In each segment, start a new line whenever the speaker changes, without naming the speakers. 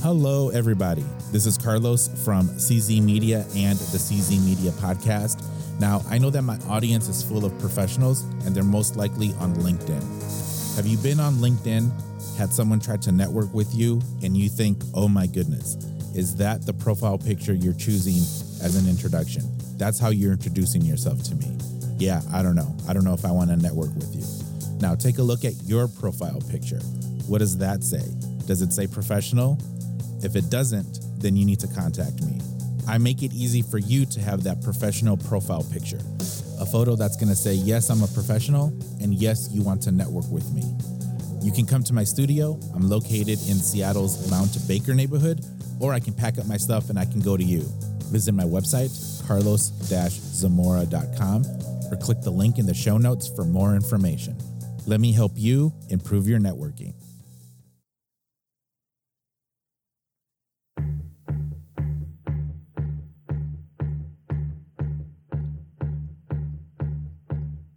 Hello, everybody. This is Carlos from CZ Media and the CZ Media Podcast. Now, I know that my audience is full of professionals and they're most likely on LinkedIn. Have you been on LinkedIn, had someone try to network with you, and you think, oh my goodness, is that the profile picture you're choosing as an introduction? That's how you're introducing yourself to me. Yeah, I don't know. I don't know if I want to network with you. Now, take a look at your profile picture. What does that say? Does it say professional? If it doesn't, then you need to contact me. I make it easy for you to have that professional profile picture, a photo that's going to say, yes, I'm a professional, and yes, you want to network with me. You can come to my studio. I'm located in Seattle's Mount Baker neighborhood, or I can pack up my stuff and I can go to you. Visit my website, carlos zamora.com, or click the link in the show notes for more information. Let me help you improve your networking.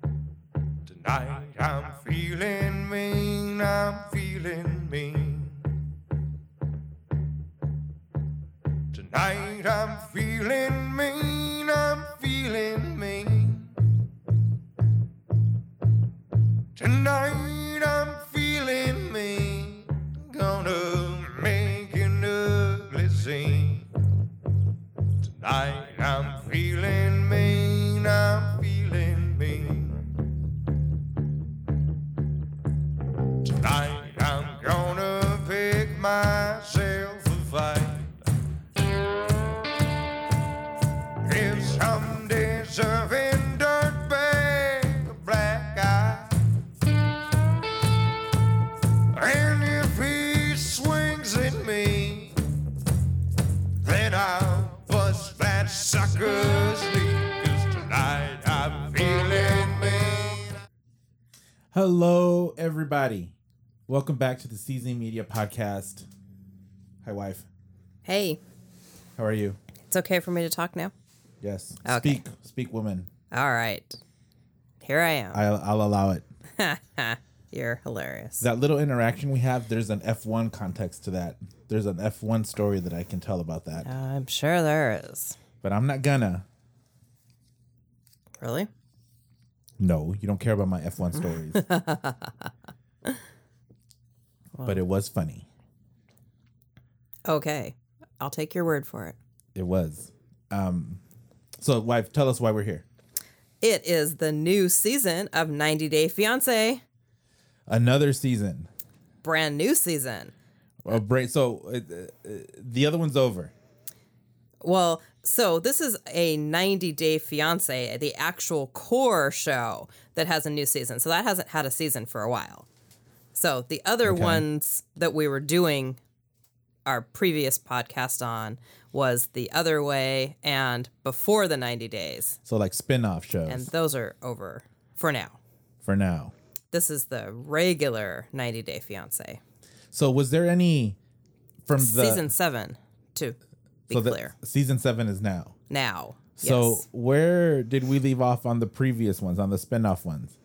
Tonight I'm feeling mean, I'm feeling mean. Tonight I'm feeling mean, I'm feeling mean. Tonight I'm feeling mean, gonna make an ugly scene. Tonight I'm feeling mean, I'm feeling mean. Tonight I'm gonna pick myself a fight. If some deserving dirtbag a black eye, and if he swings at me, then I'll bust that sucker's knee. 'Cause tonight I'm feeling mean.
Hello, everybody. Welcome back to the Season Media Podcast. Hi, wife.
Hey,
How are you?
it's okay for me to talk now.
Yes.
Okay.
Speak, speak, woman.
All right. Here I am.
I'll, I'll allow it.
You're hilarious.
That little interaction we have, there's an F1 context to that. There's an F1 story that I can tell about that,
I'm sure there is.
but I'm not gonna.
Really?
No, you don't care about my F1 stories. but it was funny.
Okay. I'll take your word for it.
It was. Um, so, wife, tell us why we're here.
It is the new season of 90 Day Fiance.
Another season.
Brand new season.
A break. So, uh, uh, the other one's over.
Well, so this is a 90 Day Fiance, the actual core show that has a new season. So that hasn't had a season for a while. So the other ones that we were doing our previous podcast on was The Other Way and Before the 90 Days.
So, like spin off shows
And those are over for now.
for now.
This is the regular 90 Day Fiance,
So, was there any from the
season seven, to be
so the-
clear.
season seven is now.
now.
So,
yes.
where did we leave off on the previous ones, on the spin off ones?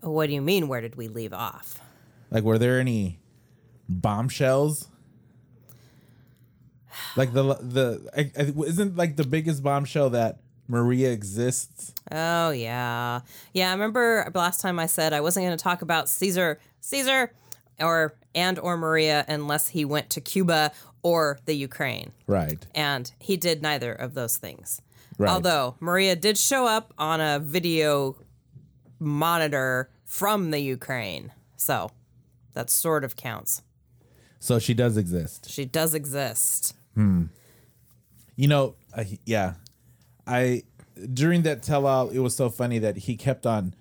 what do you mean, where did we leave off?
Like, were there any bombshells? Like the the I, I, isn't like the biggest bombshell that Maria exists.
Oh yeah, yeah. I remember last time I said I wasn't going to talk about Caesar, Caesar, or and or Maria unless he went to Cuba or the Ukraine,
Right.
and he did neither of those things.
Right.
Although Maria did show up on a video monitor from the Ukraine, so that sort of counts.
So she does exist.
She does exist.
You know. Uh, yeah. I during that tell all, it was so funny that he kept on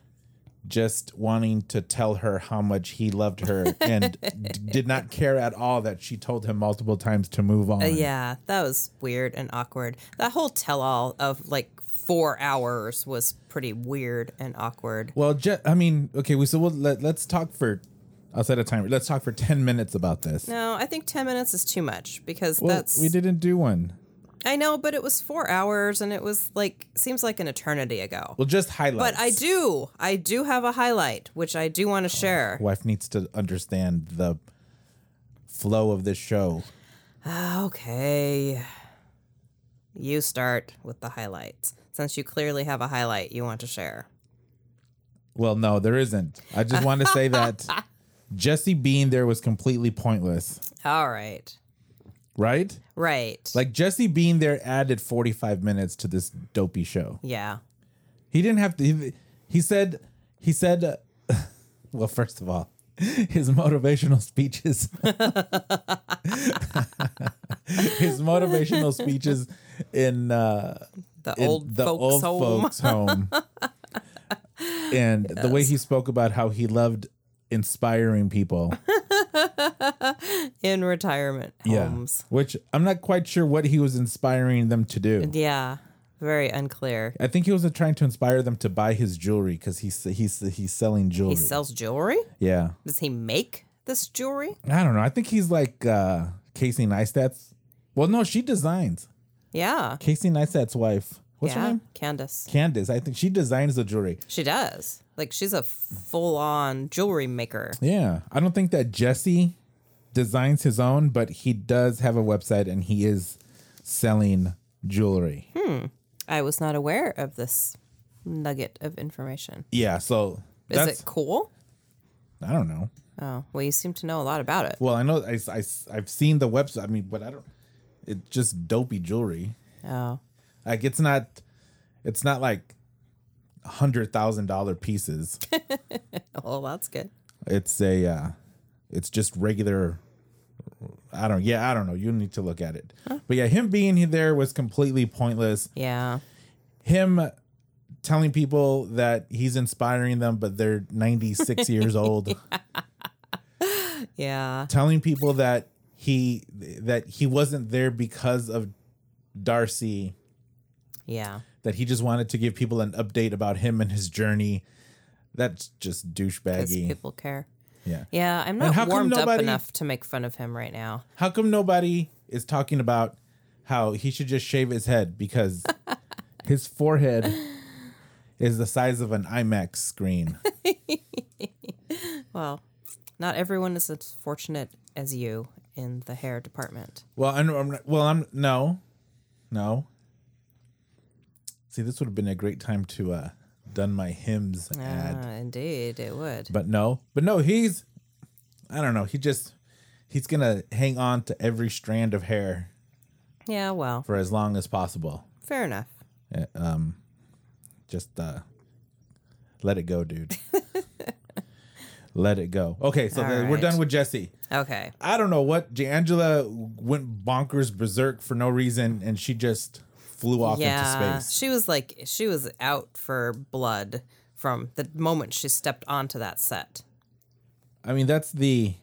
just wanting to tell her how much he loved her and d- did not care at all that she told him multiple times to move on.
Uh, Yeah, that was weird and awkward. That whole tell all of like four hours was pretty weird and awkward.
Well, ju- I mean, okay, we so we'll, let, let's talk for. I'll set a timer. Let's talk for ten minutes about this.
No, I think 10 minutes is too much because
Well,
that's.
we didn't do one.
I know, but it was four hours and it was like, seems like an eternity ago.
Well, just highlight.
but I do, I do have a highlight, which I do want to share.
Wife needs to understand the flow of this show.
Okay. You start with the highlights. Since you clearly have a highlight you want to share.
Well, no, there isn't. I just want to say that Jesse being there was completely pointless,
All right.
right?
Right.
Like Jesse being there added 45 minutes to this dopey show.
yeah.
He didn't have to. He, he said, he said, uh, well, first of all, his motivational speeches, his motivational speeches in, uh,
The
in
old folks home.
folks home. and the way he spoke about how he loved inspiring people.
in retirement homes.
Which I'm not quite sure what he was inspiring them to do.
Yeah. Very unclear.
I think he was trying to inspire them to buy his jewelry because he's he's he's selling jewelry.
He sells jewelry?
yeah,
Does he make this jewelry?
I don't know. I think he's like uh, Casey Neistat's. Well, no, she designs
Yeah.
Casey Neistat's wife. What's
yeah.
her name?
Candace.
Candace. I think she designs the jewelry.
She does. Like she's a full on jewelry maker.
Yeah, I don't think that Jesse designs his own, but he does have a website and he is selling jewelry.
Hmm. I was not aware of this nugget of information.
Yeah, so
Is
that's
it cool?
I don't know.
Oh, well, you seem to know a lot about it.
Well, I know I, I have seen the website. I mean, but I don't. It's just dopey jewelry.
Oh,
Like it's not. It's not like hundred thousand dollar pieces.
Oh, well, that's good.
it's a. Uh, it's just regular. I don't. Yeah, I don't know. You need to look at it. But yeah, him being there was completely pointless.
Yeah.
Him telling people that he's inspiring them, but they're ninety six years old.
Yeah.
telling people that he that he wasn't there because of Darcy,
Yeah.
that he just wanted to give people an update about him and his journey. That's just
Because
douchebaggy.
people care.
yeah.
Yeah. I'm not
how come
warmed up
nobody-
enough to make fun of him right now.
How come nobody is talking about how he should just shave his head because his forehead is the size of an IMAX screen?
Well, not everyone is as fortunate as you in the hair department.
Well, I'm, I'm well, I'm no, no. See, this would have been a great time to uh done my hymns ad.
Ah, indeed, it would.
But no, but no, he's I don't know. He just he's gonna hang on to every strand of hair
Yeah. Well,
for as long as possible.
fair enough.
Uh, Um, just uh, let it go, dude. let it go. Okay, so
All
then we're
right.
done with Jesse.
Okay.
I don't know what D'Angela went bonkers berserk for no reason, and she just flew off
Yeah.
into space.
She was like, she was out for blood from the moment she stepped onto that set.
I mean, that's the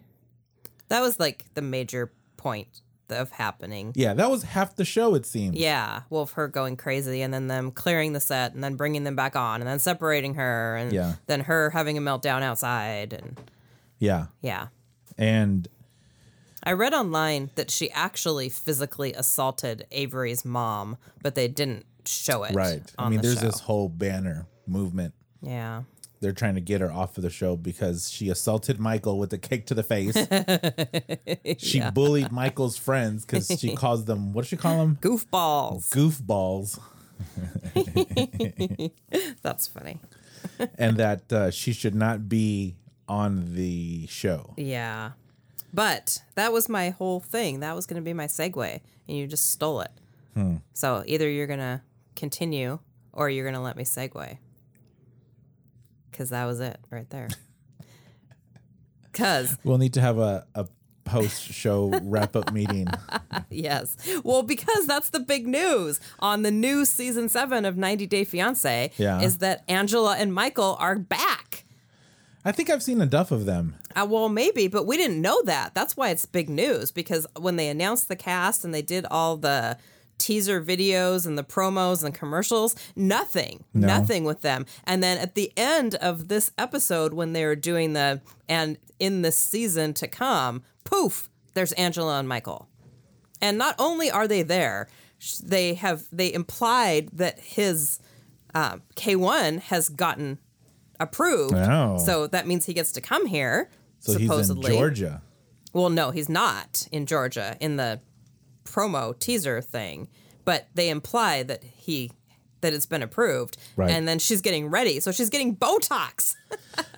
That was like the major point of happening.
yeah. That was half the show, it seemed.
Yeah, Wolf her going crazy, and then them clearing the set, and then bringing them back on, and then separating her, and
Yeah.
then her having a meltdown outside, and
yeah,
yeah.
and
I read online that she actually physically assaulted Avery's mom, but they didn't show it.
right.
On
I mean,
the
there's
show.
this whole banner movement
Yeah.
they're trying to get her off of the show because she assaulted Michael with a kick to the face. she bullied Michael's friends because she calls them what does she call them?
Goofballs.
Goofballs,
That's funny.
and that uh, she should not be on the show.
Yeah. But that was my whole thing. That was going to be my segue, and you just stole it.
Hmm.
So either you're going to continue or you're going to let me segue. Because that was it right there. Because,
We'll need to have a, a post show wrap up meeting.
yes. Well, because that's the big news on the new season seven of 90 Day Fiancé
Yeah.
is that Angela and Michael are back.
I think I've seen enough of them.
Uh, well, maybe, but we didn't know that. That's why it's big news because when they announced the cast and they did all the teaser videos and the promos and commercials, nothing, nothing with them. And then at the end of this episode, when they were doing the and in the season to come, poof, there's Angela and Michael. And not only are they there, sh- they have they implied that his um, K one has gotten approved.
Oh.
So that means he gets to come here.
So he's
supposedly.
in Georgia.
Well, no, he's not in Georgia in the promo teaser thing, but they imply that he that it's been approved.
Right.
And then she's getting ready. So she's getting Botox.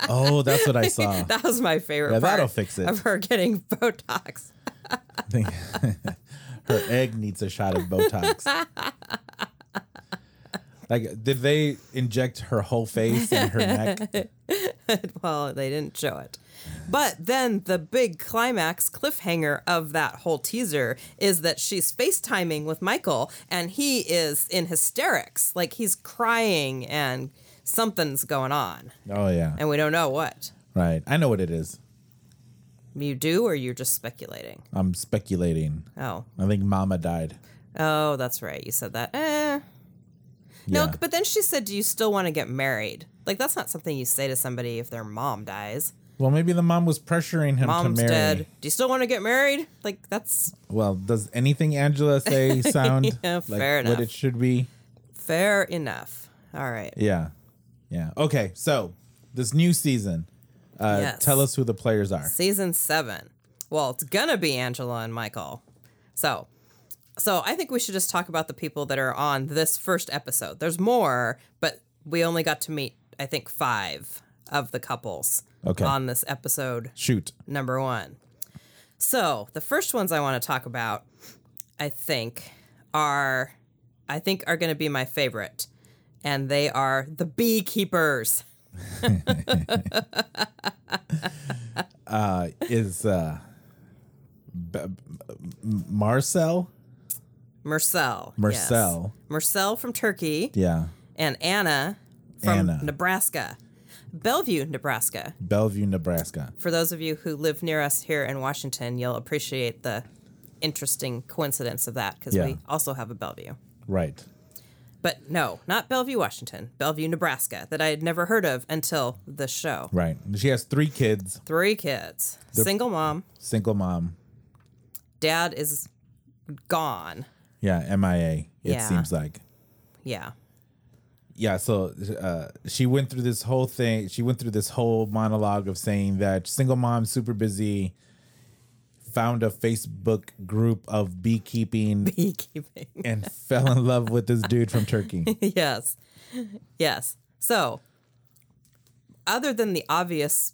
Oh, that's what I saw.
that was my favorite
Yeah,
part
that'll fix it.
of her getting Botox.
I think her egg needs a shot of Botox. Like, did they inject her whole face and her neck?
Well, they didn't show it. But then the big climax cliffhanger of that whole teaser is that she's FaceTiming with Michael and he is in hysterics. Like he's crying and something's going on.
Oh yeah,
And we don't know what.
right. I know what it is.
You do or you're just speculating?
I'm speculating.
Oh.
I think Mama died.
Oh, that's right. You said that. Eh.
Yeah.
No, but then she said, Do you still want to get married? Like that's not something you say to somebody if their mom dies.
Well, maybe the mom was pressuring him
Mom's
to marry.
dead. Do you still want to get married? Like that's
Well, does anything Angela say sound
Yeah,
like
fair
what
enough.
it should be?
Fair enough. All right.
Yeah, yeah. Okay, so this new season, uh,
Yes.
tell us who the players are.
Season seven. Well, it's gonna be Angela and Michael. So, so I think we should just talk about the people that are on this first episode. There's more, but we only got to meet I think five of the couples
Okay.
on this episode
Shoot.
number one. So the first ones I want to talk about, I think, are I think are going to be my favorite, and they are the beekeepers.
uh, is uh, B- M- Marcel.
Marcel. yes.
Marcel.
Marcel from Turkey
Yeah,
and Anna from
Anna.
Nebraska. Bellevue, Nebraska.
Bellevue, Nebraska.
For those of you who live near us here in Washington, you'll appreciate the interesting coincidence of that because
Yeah.
we also have a Bellevue.
Right.
But no, not Bellevue, Washington, Bellevue, Nebraska, that I had never heard of until the show.
Right. She has three kids.
Three kids, single mom,
Single mom.
dad is gone.
Yeah, MIA. It
Yeah.
seems like.
Yeah.
Yeah. So uh, she went through this whole thing. She went through this whole monologue of saying that single mom, super busy. Found a Facebook group of beekeeping
Beekeeping.
and fell in love with this dude from Turkey.
yes. Yes. So, other than the obvious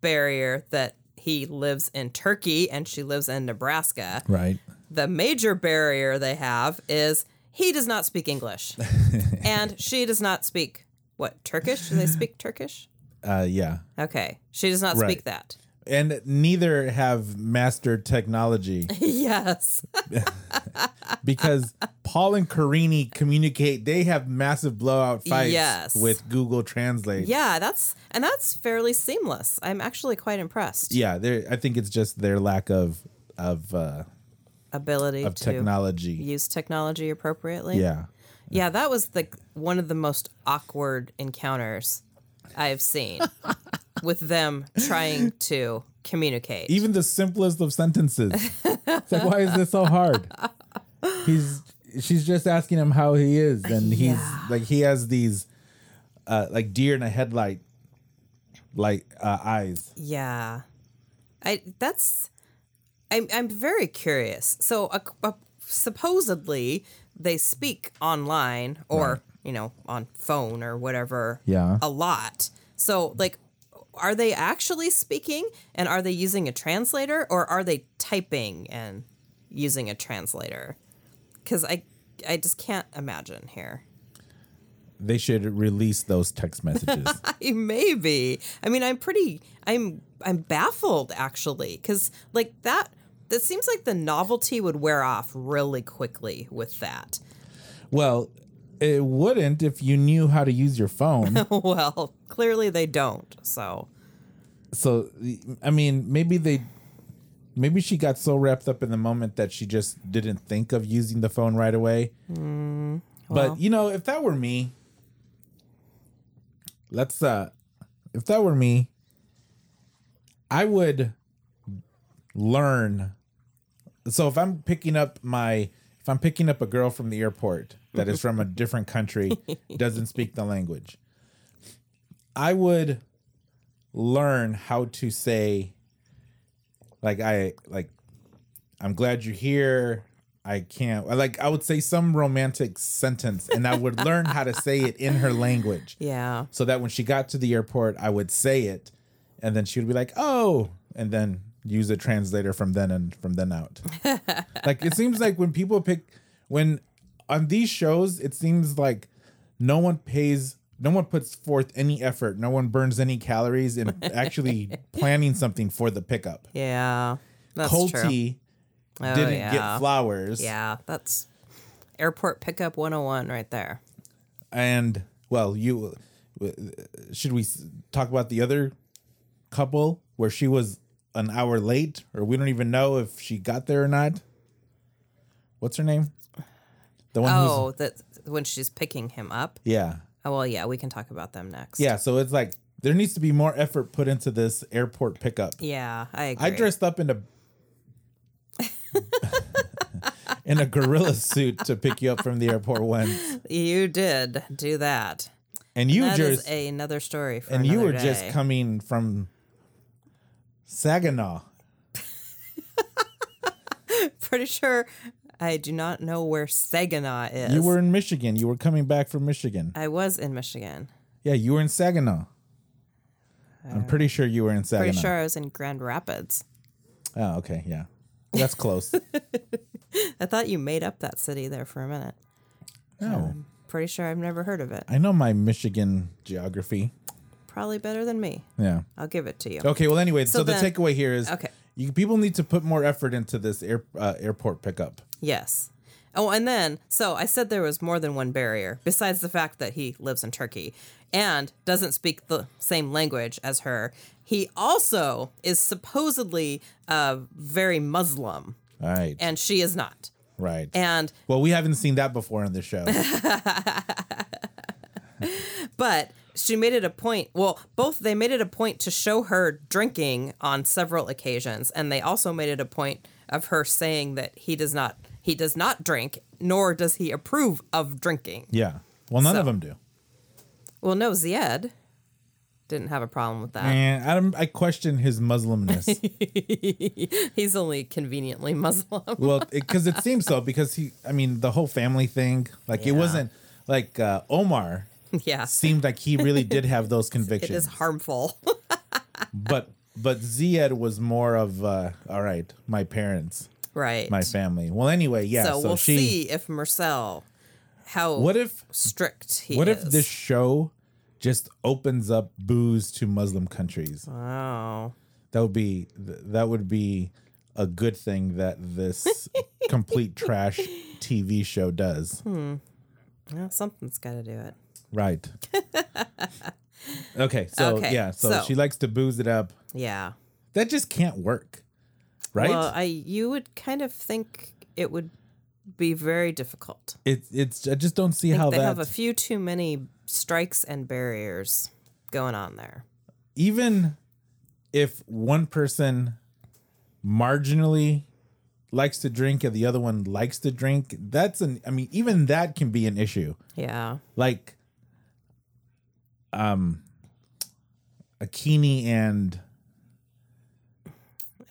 barrier that he lives in Turkey and she lives in Nebraska,
Right.
the major barrier they have is he does not speak English and she does not speak what Turkish? Do they speak Turkish?
Uh, yeah.
Okay. She does not
Right.
speak that.
and neither have mastered technology
yes.
because Paul and Carini communicate. They have massive blowout fights
Yes.
with Google Translate.
Yeah, that's and that's fairly seamless. I'm actually quite impressed.
yeah. they're- I think it's just their lack of of uh,
Ability
of
to
technology.
use technology appropriately.
Yeah,
Yeah, that was the one of the most awkward encounters I've seen with them trying to communicate.
even the simplest of sentences. it's like, why is this so hard? He's she's just asking him how he is, and he's
Yeah.
like he has these uh, like deer in a headlight like uh, eyes.
Yeah, I that's I'm I'm very curious. So a, a- supposedly they speak online or you know on phone or whatever.
Yeah.
a lot. So like, are they actually speaking and are they using a translator or are they typing and using a translator? Because I I just can't imagine here.
They should release those text messages.
maybe i mean i'm pretty i'm i'm baffled actually because like that that seems like the novelty would wear off really quickly with that
Well, it wouldn't if you knew how to use your phone.
well clearly they don't so
so, I mean, maybe they, maybe she got so wrapped up in the moment that she just didn't think of using the phone right away.
well.
But you know, if that were me, let's. uh If that were me, I would learn. So if I'm picking up my, if I'm picking up a girl from the airport that is from a different country, doesn't speak the language, I would learn how to say like I like I'm glad you're here. I can't I like I would say some romantic sentence and I would learn how to say it in her language.
Yeah.
So that when she got to the airport, I would say it and then she would be like, "Oh," and then use a translator from then and from then out. like it seems like when people pick when on these shows, it seems like no one pays no one puts forth any effort, no one burns any calories in actually planning something for the pickup.
Yeah. That's true.
Colty
Oh,
didn't
yeah.
get flowers.
Yeah, that's airport pickup 101 right there.
And well, you should we s- talk about the other couple where she was an hour late, or we don't even know if she got there or not. What's her name? The one who's
Oh, that when she's picking him up.
yeah,
Oh well, yeah, we can talk about them next.
yeah. So it's like there needs to be more effort put into this airport pickup.
Yeah, I agree.
I dressed up in a in a gorilla suit to pick you up from the airport once,
You did do that.
and you
That is
just
another story for
and you
another
were just
day.
coming from Saginaw.
Pretty sure I do not know where Saginaw is.
You were in Michigan. You were coming back from Michigan.
I was in Michigan.
Yeah, you were in Saginaw. I'm pretty sure you were in Saginaw.
Pretty sure I was in Grand Rapids.
Oh, okay, yeah, that's close.
I thought you made up that city there for a minute.
no,
Pretty sure I've never heard of it.
I know my Michigan geography.
Probably better than me.
Yeah.
I'll give it to you.
Okay. Well, anyway, so,
So
the
then-
takeaway here is
okay.
You people need to put more effort into this air, uh, airport pickup.
Yes. Oh, and then, so I said there was more than one barrier, besides the fact that he lives in Turkey and doesn't speak the same language as her. He also is supposedly uh, very Muslim,
All right.
and she is not.
right.
And,
well, we haven't seen that before on the show.
but she made it a point. Well, both they made it a point to show her drinking on several occasions, and they also made it a point of her saying that he does not. He does not drink, nor does he approve of drinking.
yeah. Well, none
So-
of them do.
Well, no, Zied didn't have a problem with that.
And I, don't- I question his Muslimness.
He's only conveniently Muslim.
well, because it, seems so. Because he, I mean, the whole family thing. Like
Yeah.
it wasn't like uh, Omar
yeah.
seemed like he really did have those
It
convictions.
is harmful.
but but Ziad was more of uh, all right. My parents,
right.
my family. Well, anyway, yeah.
so,
So,
we'll
she.
see if Marcel how
What if
strict he
What
is.
if this show just opens up booze to Muslim countries?
Oh.
That would be th- that would be a good thing that this complete trash TV show does.
Well, something's got to do it.
Right. okay, so
Okay,
yeah, so,
so-
she likes to booze it up.
Yeah.
That just can't work. Right?
Well, I you would kind of think it would be very difficult.
it, it's I just don't see
I think
how
they
that
have a few too many strikes and barriers going on there.
even if one person marginally likes to drink and the other one likes to drink, that's an I mean, even that can be an issue.
Yeah.
Like um Akini and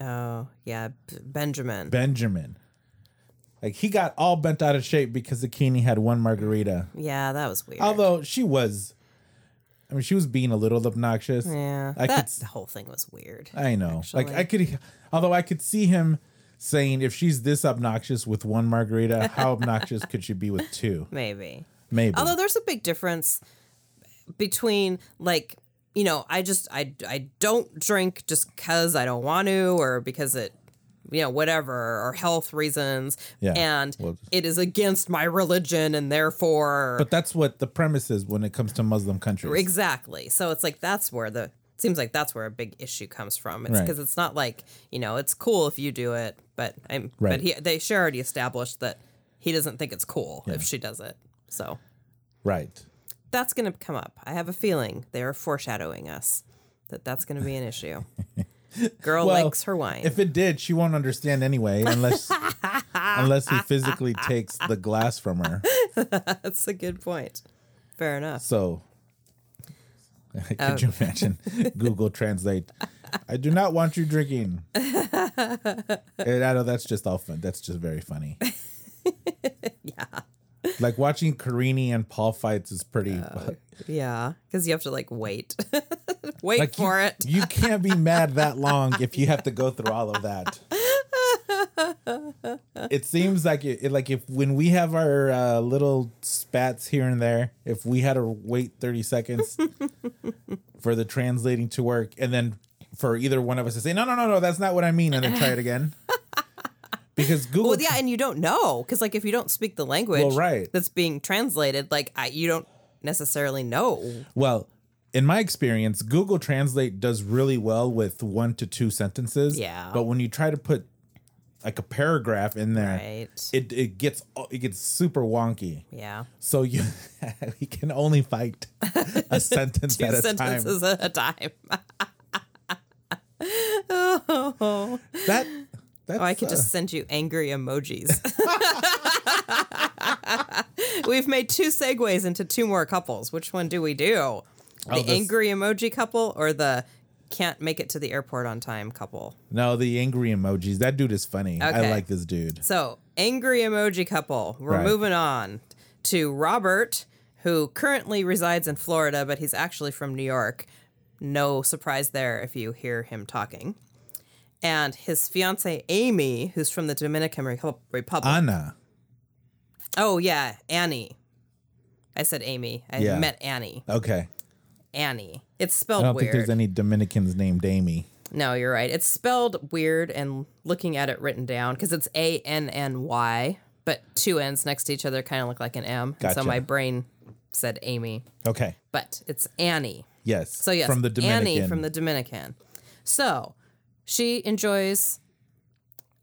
Oh, yeah. B- Benjamin.
Benjamin. Like he got all bent out of shape because Akini had one margarita.
yeah, that was weird.
Although she was I mean, she was being a little obnoxious.
Yeah,
I could
that
s-
the whole thing was weird.
I know. Like I
actually.
could, although I could see him saying, if she's this obnoxious with one margarita, how obnoxious could she be with two?
Maybe.
Maybe.
Although there's a big difference between like you know I just I I don't drink just because I don't want to or because it you know whatever or health reasons
Yeah,
and
well-
it is against my religion and therefore
but that's what the premise is when it comes to Muslim countries.
Exactly. So it's like that's where the seems like that's where a big issue comes from. It's
Right.
because it's not like you know it's cool if you do it, but I'm
Right.
but he they she already established that he doesn't think it's cool if she does it. So
right.
that's gonna come up. I have a feeling they are foreshadowing us that that's gonna be an issue. Girl
Well,
likes her wine.
If it did, she won't understand anyway, unless unless he physically takes the glass from her.
that's a good point. Fair enough.
So, could you imagine Google Translate? I do not want you drinking. And I know that's just all fun. That's just very funny.
yeah.
Like watching Karini and Paul fights is pretty.
Yeah. Because you have to like wait. wait
like you-
for it.
You can't be mad that long if you have to go through all of that. It seems like it, it- like if when we have our uh, little spats here and there, if we had to wait 30 seconds for the translating to work and then for either one of us to say, "No, no, no, no, that's not what I mean," and then try it again. Because Google
Well, yeah, and you don't know because, like, if you don't speak the language
Well, right.
that's being translated, like, I, you don't necessarily know.
Well, in my experience, Google Translate does really well with one to two sentences.
Yeah.
But when you try to put like a paragraph in there,
Right.
it, it gets it gets super wonky.
Yeah,
So you you can only fight a sentence
two
at a
sentences at a time.
time. That that's
Oh, I could
uh,
just send you angry emojis. We've made two segues into two more couples. Which one do we do? The
Oh, this-
angry emoji couple or the can't make it to the airport on time couple?
no the angry emojis. That dude is funny. I
Okay.
like this dude.
So, angry emoji couple. We're
Right.
moving on to Robert, who currently resides in Florida, but he's actually from New York. No surprise there if you hear him talking. And his fiance Amy, who's from the Dominican Repu- Republic.
Anna.
oh yeah, Annie. I said Amy. I
Yeah.
met Annie.
Okay.
Annie. It's
I
spelled
don't think
Oh, weird.
there's any Dominicans named Amy.
no, you're right. It's spelled weird and looking at it written down because it's A N N Y, but two N's next to each other kind of look like an M. And So
Gotcha.
my brain said Amy,
Okay.
but it's Annie.
Yes.
So yes,
From the Dominican.
Annie from the Dominican. So she enjoys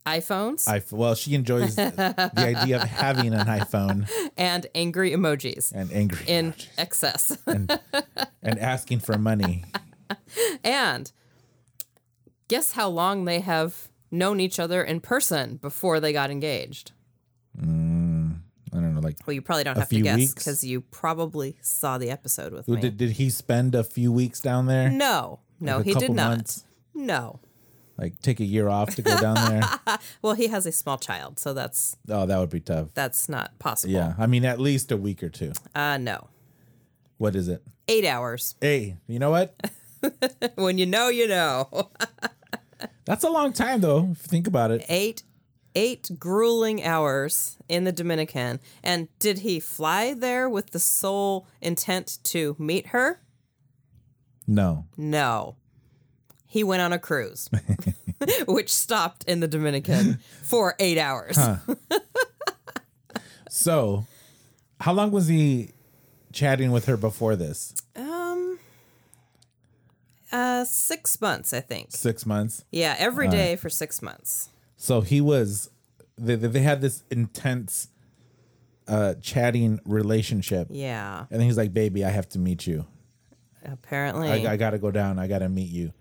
iPhones
I well, she enjoys the idea of having an iPhone
and angry emojis
and angry
in excess.
and asking for money.
And guess how long they have known each other in person before they got engaged?
I don't know, like
Well, you probably don't have to
few
guess
weeks?
because you probably saw the episode with me.
did, did he spend a few weeks down there?
no, no,
Like a
he did
couple
not.
months?
No.
Like take a year off to go down there?
Well, he has a small child, so that's
oh, that would be tough.
that's not possible.
Yeah, I mean at least a week or two.
Uh no.
What is it?
Eight hours.
Hey, you know what?
when you know, you know.
That's a long time though. If you think about it.
Eight eight grueling hours in the Dominican. And did he fly there with the sole intent to meet her?
No,
No. He went on a cruise, which stopped in the Dominican for eight hours.
So, how long was he chatting with her before this?
Um, Uh, six months, I think.
Six months.
Yeah, every day for six months.
So he was. They, they they had this intense, uh, chatting relationship.
Yeah,
And he's like, "Baby, I have to meet you.
apparently.
I, I got to go down. I got to meet you.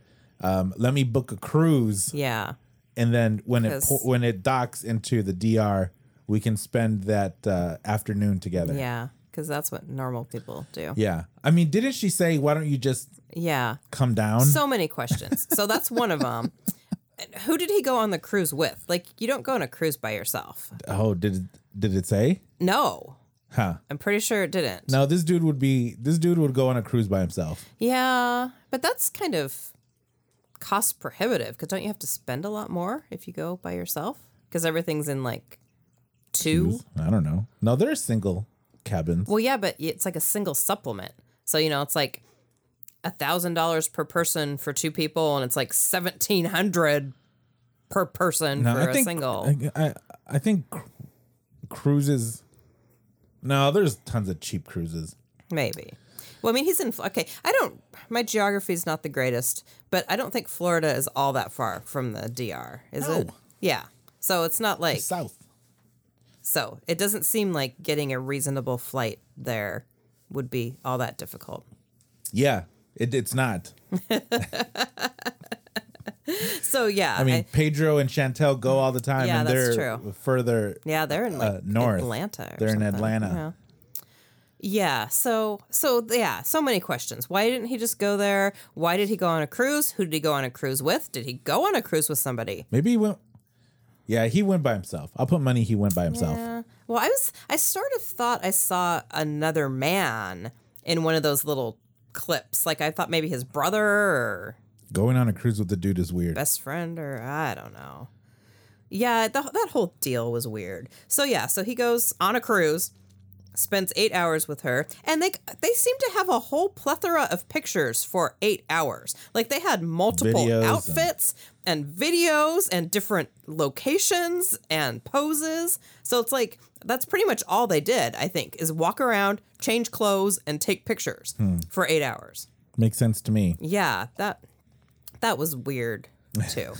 Um, let me book a cruise,
yeah,
and then when it
Because-
po- when it docks into the DR, we can spend that uh, afternoon together."
yeah, because that's what normal people do. Yeah.
Yeah. I mean, didn't she say, "Why don't you just come down?"
So many questions. so that's one of them. Who did he go on the cruise with? Like, you don't go on a cruise by yourself.
oh, did did it say?
No,
Huh.
I'm pretty sure it didn't.
No, this dude would be this dude would go on a cruise by himself.
Yeah, but that's kind of cost prohibitive because don't you have to spend a lot more if you go by yourself? Because everything's in like two.
I don't know. No, they're single cabins.
Well, yeah, but it's like a single supplement. So you know, it's like a thousand dollars per person for two people, and it's like seventeen hundred per person
No,
for
I
a
think
single.
I, I I think cr- cruises. No, there's tons of cheap cruises.
Maybe. Well, I mean, he's in. Okay, I don't. My geography is not the greatest, but I don't think Florida is all that far from the DR, is it?
No.
Yeah. So it's not like
South.
So it doesn't seem like getting a reasonable flight there would be all that difficult.
Yeah, it, it's not.
So yeah,
I mean,
I-
Pedro and Chantel go all the time,
Yeah,
and
that's
they're
true.
further
yeah, they're in like
uh, north.
Atlanta. Or
They're in
something,
Atlanta.
yeah. Yeah. So so yeah, so many questions. Why didn't he just go there? Why did he go on a cruise? Who did he go on a cruise with? Did he go on a cruise with somebody?
Maybe he went. Yeah, he went by himself. I'll put money he went by himself.
Yeah. Uh, Well, I was I sort of thought I saw another man in one of those little clips. Like I thought maybe his brother or
Going on a cruise with the dude is weird.
best friend or I don't know. Yeah, the, that whole deal was weird. So yeah, so he goes on a cruise, spends eight hours with her, and they they seem to have a whole plethora of pictures for eight hours. Like they had multiple
Videos and-
outfits and videos and different locations and poses. So it's like that's pretty much all they did. I think is walk around, change clothes, and take pictures
Hmm.
for eight hours.
Makes sense to me.
Yeah, that that was weird too.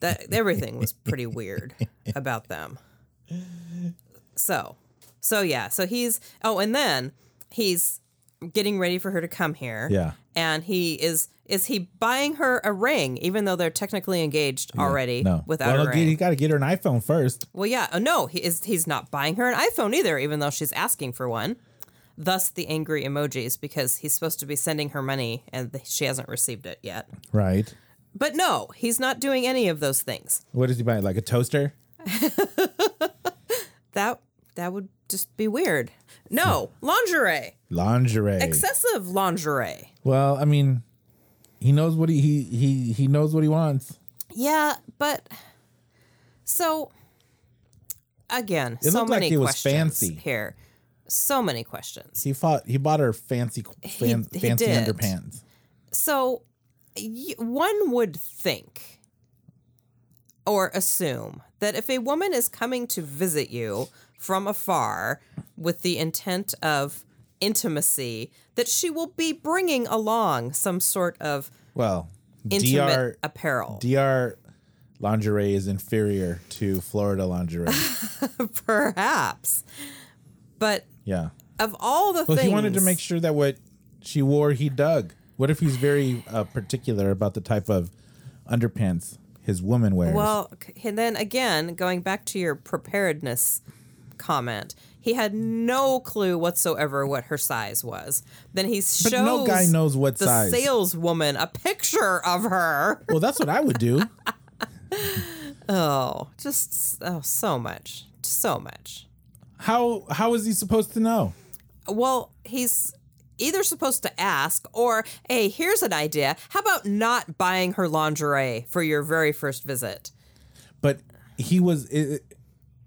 that everything was pretty weird about them. So, so yeah, so he's oh, and then he's getting ready for her to come here.
Yeah.
and he is is he buying her a ring, even though they're technically engaged already
No,
without
well,
a
You
ring.
got to get her an iPhone first.
Well, yeah, oh, no, he is he's not buying her an iPhone either, even though she's asking for one. Thus, the angry emojis because he's supposed to be sending her money and th- she hasn't received it yet.
Right.
But no, he's not doing any of those things.
What does he buy? Like a toaster?
That that would just be weird. No,
Hmm.
lingerie.
Lingerie.
Excessive lingerie.
well, I mean, he knows what he, he he he knows what he wants.
Yeah, but so again, so
looked like
many
it was
questions
fancy.
here. So many questions.
He fought. He bought her fancy fan,
he
fancy
did.
underpants.
So y- one would think or assume that if a woman is coming to visit you from afar with the intent of intimacy, that she will be bringing along some sort of
Well,
intimate
dr
apparel.
dr lingerie is inferior to Florida lingerie.
Perhaps. But
yeah.
of all the
Well, he
things
wanted to make sure that what she wore, he dug. What if he's very uh, particular about the type of underpants his woman wears?
Well, c- and then again, going back to your preparedness comment, he had no clue whatsoever what her size was. Then he shows
but no guy knows what
the
size.
saleswoman a picture of her.
well, that's what I would do.
Oh, just s- oh, so much, so much.
How how is he supposed to know?
Well, he's either supposed to ask or hey, here's an idea. How about not buying her lingerie for your very first visit?
But he was. It, it-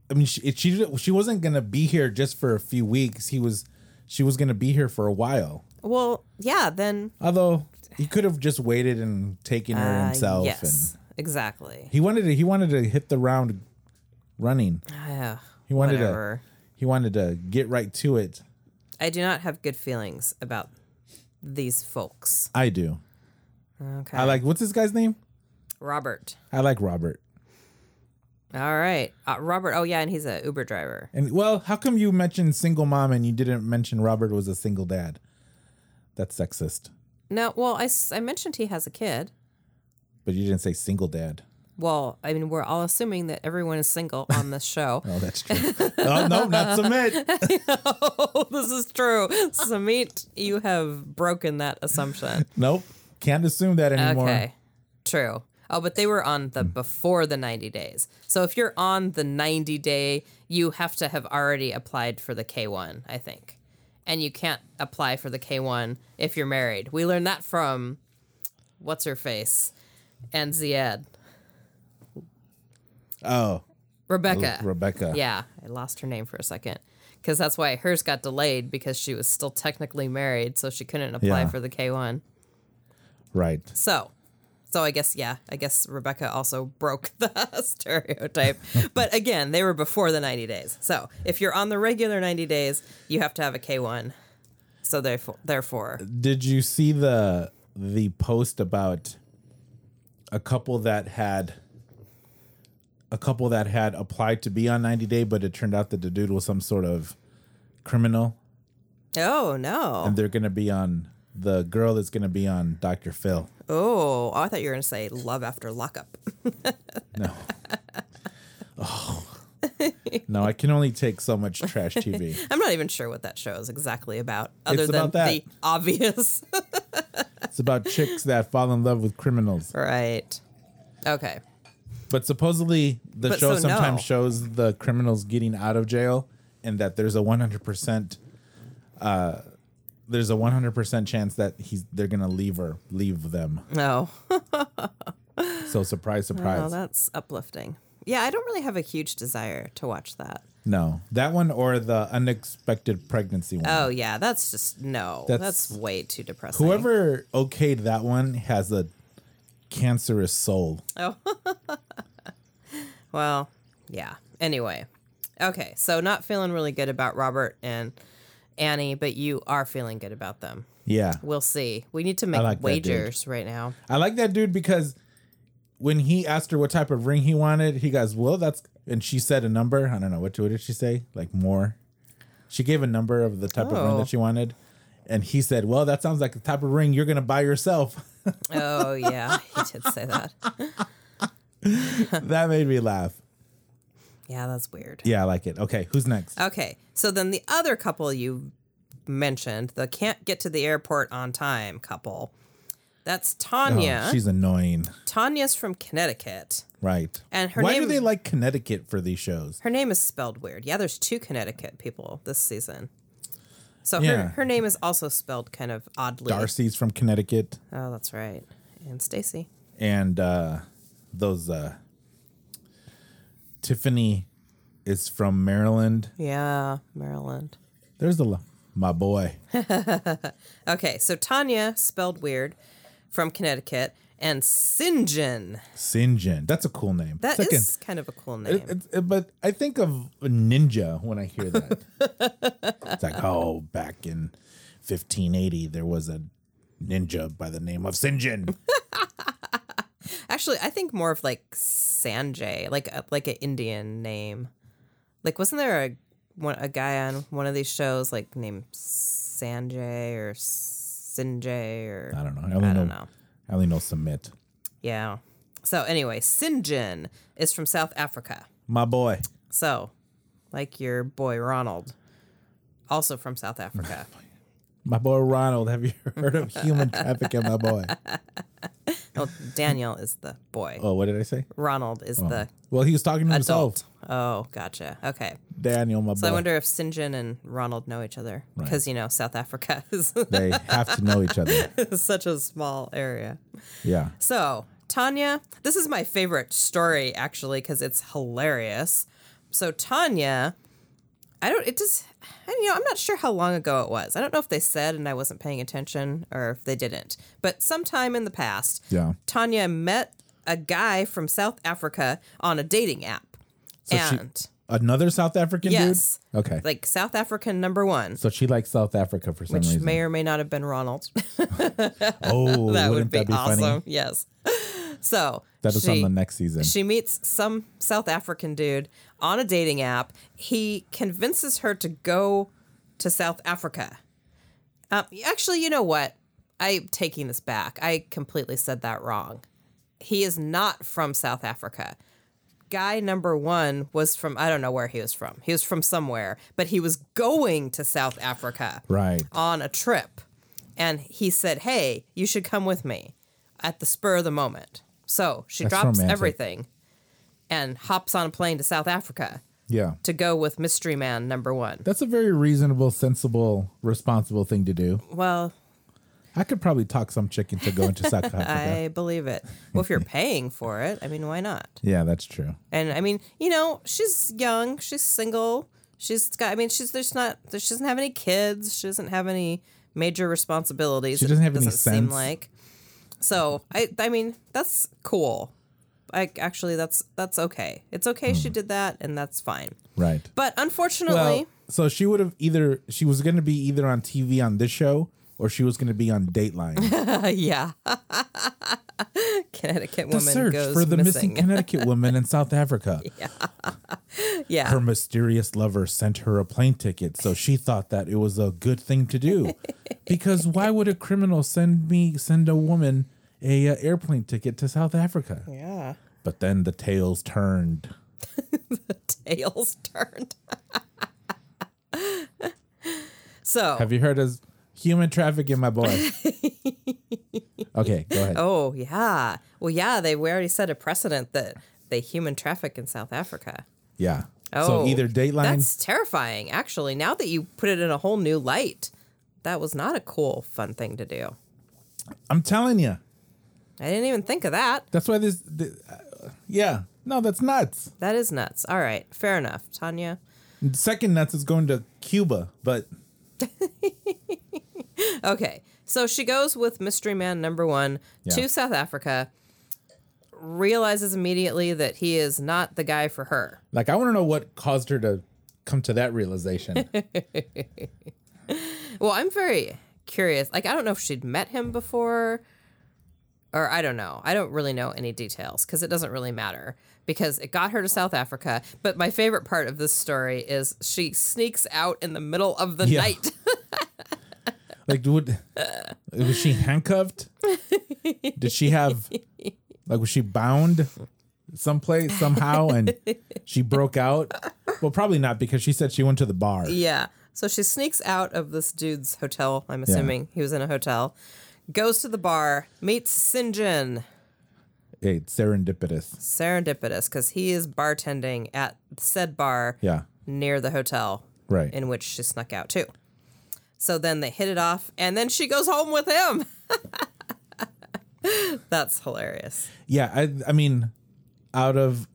I mean, she, it, she she wasn't gonna be here just for a few weeks. He was. She was gonna be here for a while.
Well, yeah, then
Although he could have just waited and taken her
uh,
himself.
yes,
And
exactly.
he wanted to. He wanted to hit the round running.
Yeah,
He wanted
whatever.
to. He wanted to get right to it.
I do not have good feelings about these folks.
I do.
Okay.
I like. What's this guy's name?
Robert.
I like Robert.
All right. Uh, Robert. Oh, yeah. And he's a Uber driver.
And well, how come you mentioned single mom and you didn't mention Robert was a single dad? That's sexist.
No, well, I, s- I mentioned he has a kid.
But you didn't say single dad.
Well, I mean, we're all assuming that everyone is single on this show.
Oh, that's true. oh no, not submit.
oh, this is true. Samit, you have broken that assumption.
Nope. Can't assume that anymore.
Okay. True. Oh, but they were on the before the 90 days. So if you're on the 90 day, you have to have already applied for the K1, I think. And you can't apply for the K1 if you're married. We learned that from what's her face and Ziad.
Oh,
Rebecca.
Rebecca.
Yeah, I lost her name for a second. Because that's why hers got delayed because she was still technically married, so she couldn't apply
Yeah.
for the K1.
Right.
So, so I guess yeah, I guess Rebecca also broke the stereotype. but again, they were before the 90 days. So, if you're on the regular 90 days, you have to have a K1. So therefore, therefore,
Did you see the the post about a couple that had a couple that had applied to be on 90 day, but it turned out that the dude was some sort of criminal
oh no.
and they're gonna be on the girl that's gonna be on Dr. Phil.
Oh, I thought you were going to say love after lockup.
No. oh. No, I can only take so much trash TV.
I'm not even sure what that show is exactly about, other
It's
than
about that.
the obvious.
It's about chicks that fall in love with criminals.
right. Okay.
But supposedly the
But
show
so no.
sometimes shows the criminals getting out of jail and that there's a 100% uh there's a 100% chance that he's they're going to leave her, leave them.
No.
So surprise surprise.
Oh, that's uplifting. Yeah, I don't really have a huge desire to watch that.
no. That one or the unexpected pregnancy one.
Oh yeah, that's just no. That's,
That's-
way too depressing.
Whoever okayed that one has a cancerous soul.
Well, yeah. Anyway. Okay, so not feeling really good about Robert and Annie, but you are feeling good about them.
Yeah.
We'll see. We need to make
like that, dude.
wagers right now.
I like that dude because when he asked her what type of ring he wanted, he goes, "Well, that's." And she said a number. I don't know what, what did she say? Like more. She gave a number of the type of ring
Oh.
that she wanted, and he said, "Well, that sounds like the type of ring you're gonna buy yourself."
Oh yeah, he did say that.
that made me laugh.
Yeah, that's weird.
Yeah, I like it. Okay, who's next?
Okay, so then the other couple you mentioned, the can't get to the airport on time couple, that's
Oh,
Tanya.
she's annoying.
Tanya's from Connecticut.
Right.
And her
Why do
name-
they like Connecticut for these shows?
Her name is spelled weird. Yeah, there's two Connecticut people this season. So her,
Yeah.
her name is also spelled kind of oddly.
Darcy's from Connecticut,
Oh, that's right. And Stacy.
and uh, those uh, Tiffany is from Maryland.
Yeah, Maryland.
There's a lo- my boy.
Okay, so Tanya, spelled weird, from Connecticut, and Sinjin.
Sinjin. That's a cool name.
That
It's
is
like an-
kind of a cool name.
it's- it- but I think of a ninja when I hear that. it's like, oh, back in 1580, there was a ninja by the name of Sinjin.
Actually, I think more of like Sanjay, like a, like an Indian name. Like, wasn't there a one, a guy on one of these shows like named Sanjay or Sinjay or
I don't know. I, only
I don't know.
I only know submit.
Yeah. So anyway, Sinjin is from South Africa.
My boy.
So, like your boy Ronald, also from South Africa.
My boy Ronald. Have you heard of human trafficking, my boy?
no, Oh, Daniel is the boy.
Oh, what did I say?
Ronald is the
Well, he was talking to himself.
adult. Oh, gotcha. Okay.
Daniel, my boy.
So I wonder if Sinjin and Ronald know each other because you know South Africa is
they have to know each other.
such a small area.
Yeah.
So, Tanya, this is my favorite story actually because it's hilarious. So, Tanya, I don't, it just, I, you know, I'm not sure how long ago it was. I don't know if they said and I wasn't paying attention or if they didn't, but sometime in the past,
Yeah.
Tanya met a guy from South Africa on a dating app.
she-
and
Another South African
Yes.
dude? Okay.
like South African number one,
so she likes South Africa for some
which
reason.
may or may not have been Ronald.
Oh,
that would
wouldn't
be,
that be
awesome.
funny?
Yes. So,
That is on the next season.
She meets some South African dude on a dating app. He convinces her to go to South Africa. Um, actually, you know what? I'm taking this back. I completely said that wrong. He is not from South Africa. Guy number one was from, I don't know where he was from. He was from somewhere, but he was going to South Africa
right.
on a trip. And he said, Hey, you should come with me at the spur of the moment. So she
That's
drops
romantic.
everything and hops on a plane to South Africa
Yeah.
to go with Mystery Man number one.
That's a very reasonable, sensible, responsible thing to do.
Well,
I could probably talk some chicken to go into South Africa.
I believe it. Well, if you're paying for it, I mean, why not?
yeah, that's true.
And I mean, you know, she's young, she's single, she's got, I mean, she's there's not, there, she doesn't have any kids, she doesn't have any major responsibilities.
She doesn't have
it
any
doesn't seem
sense.
like. So I, I mean, that's cool. I actually, that's that's okay. It's okay
Hmm.
she did that, and that's fine.
Right.
But unfortunately,
Well, so she would have either she was going to be either on TV on this show or she was going to be on Dateline.
yeah, Connecticut
The
woman
search
goes
for the missing,
missing.
Connecticut woman in South Africa.
yeah,
Her mysterious lover sent her a plane ticket, so she thought that it was a good thing to do. because why would a criminal send me send a woman a uh, airplane ticket to South Africa?
yeah.
But then the tails turned.
the tails turned. so,
Have you heard of human trafficking, my boy? okay, go ahead.
oh yeah, well yeah, they we already set a precedent that they human traffic in South Africa.
Yeah.
Oh,
so either Dateline.
That's terrifying, actually. Now that you put it in a whole new light, that was not a cool, fun thing to do.
I'm telling you.
I didn't even think of that.
That's why this. The, uh, yeah. No, that's nuts.
That is nuts. All right, fair enough, Tanya.
Second nuts is going to Cuba, but
Okay. So she goes with mystery man number one
Yeah.
to South Africa, realizes immediately that he is not the guy for her.
like I want to know what caused her to come to that realization.
Well, I'm very curious. Like, I don't know if she'd met him before, or I don't know. I don't really know any details because it doesn't really matter because it got her to South Africa. But my favorite part of this story is she sneaks out in the middle of the
Yeah.
night.
like, would was she handcuffed? Did she have like was she bound someplace somehow and she broke out? Well, probably not because she said she went to the bar.
Yeah. So she sneaks out of this dude's hotel. I'm assuming he was in a hotel. Goes to the bar, meets Sinjin,
Hey, it's serendipitous.
serendipitous, because he is bartending at said bar
Yeah.
near the hotel
Right.
in which she snuck out too. So then they hit it off, and then she goes home with him. That's hilarious.
yeah i i mean out of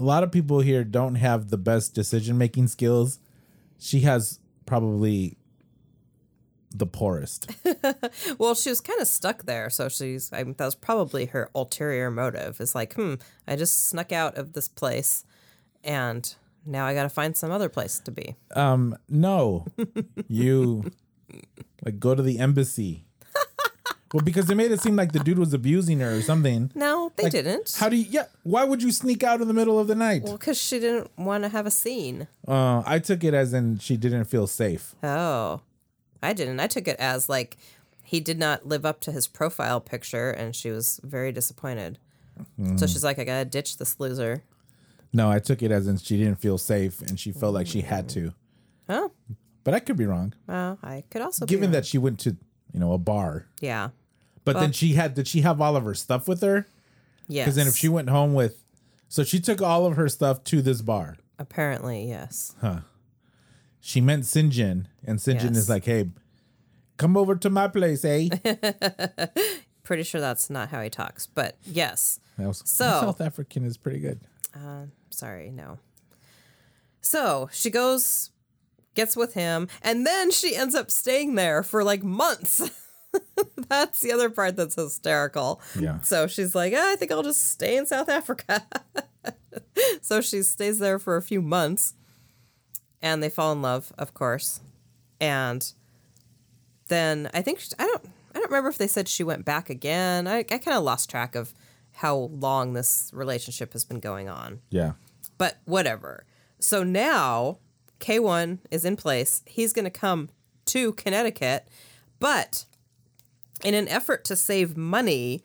a lot of people here don't have the best decision making skills she has probably the poorest
Well, she was kind of stuck there, so she's. I mean, that was probably her ulterior motive. Is like, hmm, I just snuck out of this place, and now I got to find some other place to be.
no you like go to the embassy well because they made it seem like the dude was abusing her or something
No, they
Like,
didn't.
how do you yeah why would you sneak out in the middle of the night
well, because she didn't want to have a scene.
uh, i took it as in she didn't feel safe
Oh, I didn't. I took it as like he did not live up to his profile picture, and she was very disappointed.
Mm.
So she's like, I gotta ditch this loser.
no i took it as in she didn't feel safe and she felt like she had to
Oh,
but i could be wrong
well, I could also
given
be
that she went to you know a bar
yeah,
but then she had did she have all of her stuff with her
yes.
because then if she went home with so she took all of her stuff to this bar
apparently yes,
she meant sinjin and sinjin
Yes.
is like hey come over to my place eh That
pretty sure that's not how he talks, but yes.
was-
So-
south african is pretty good
Sorry, no. So she goes, gets with him, and then she ends up staying there for like months. that's the other part that's hysterical.
Yeah.
So she's like, "Ah, I think I'll just stay in South Africa. so she stays there for a few months and they fall in love, of course. And then I think, I don't. I don't remember if they said she went back again. I, I kind of lost track of how long this relationship has been going on
yeah
but whatever. So now K1 is in place. He's going to come to Connecticut, but in an effort to save money,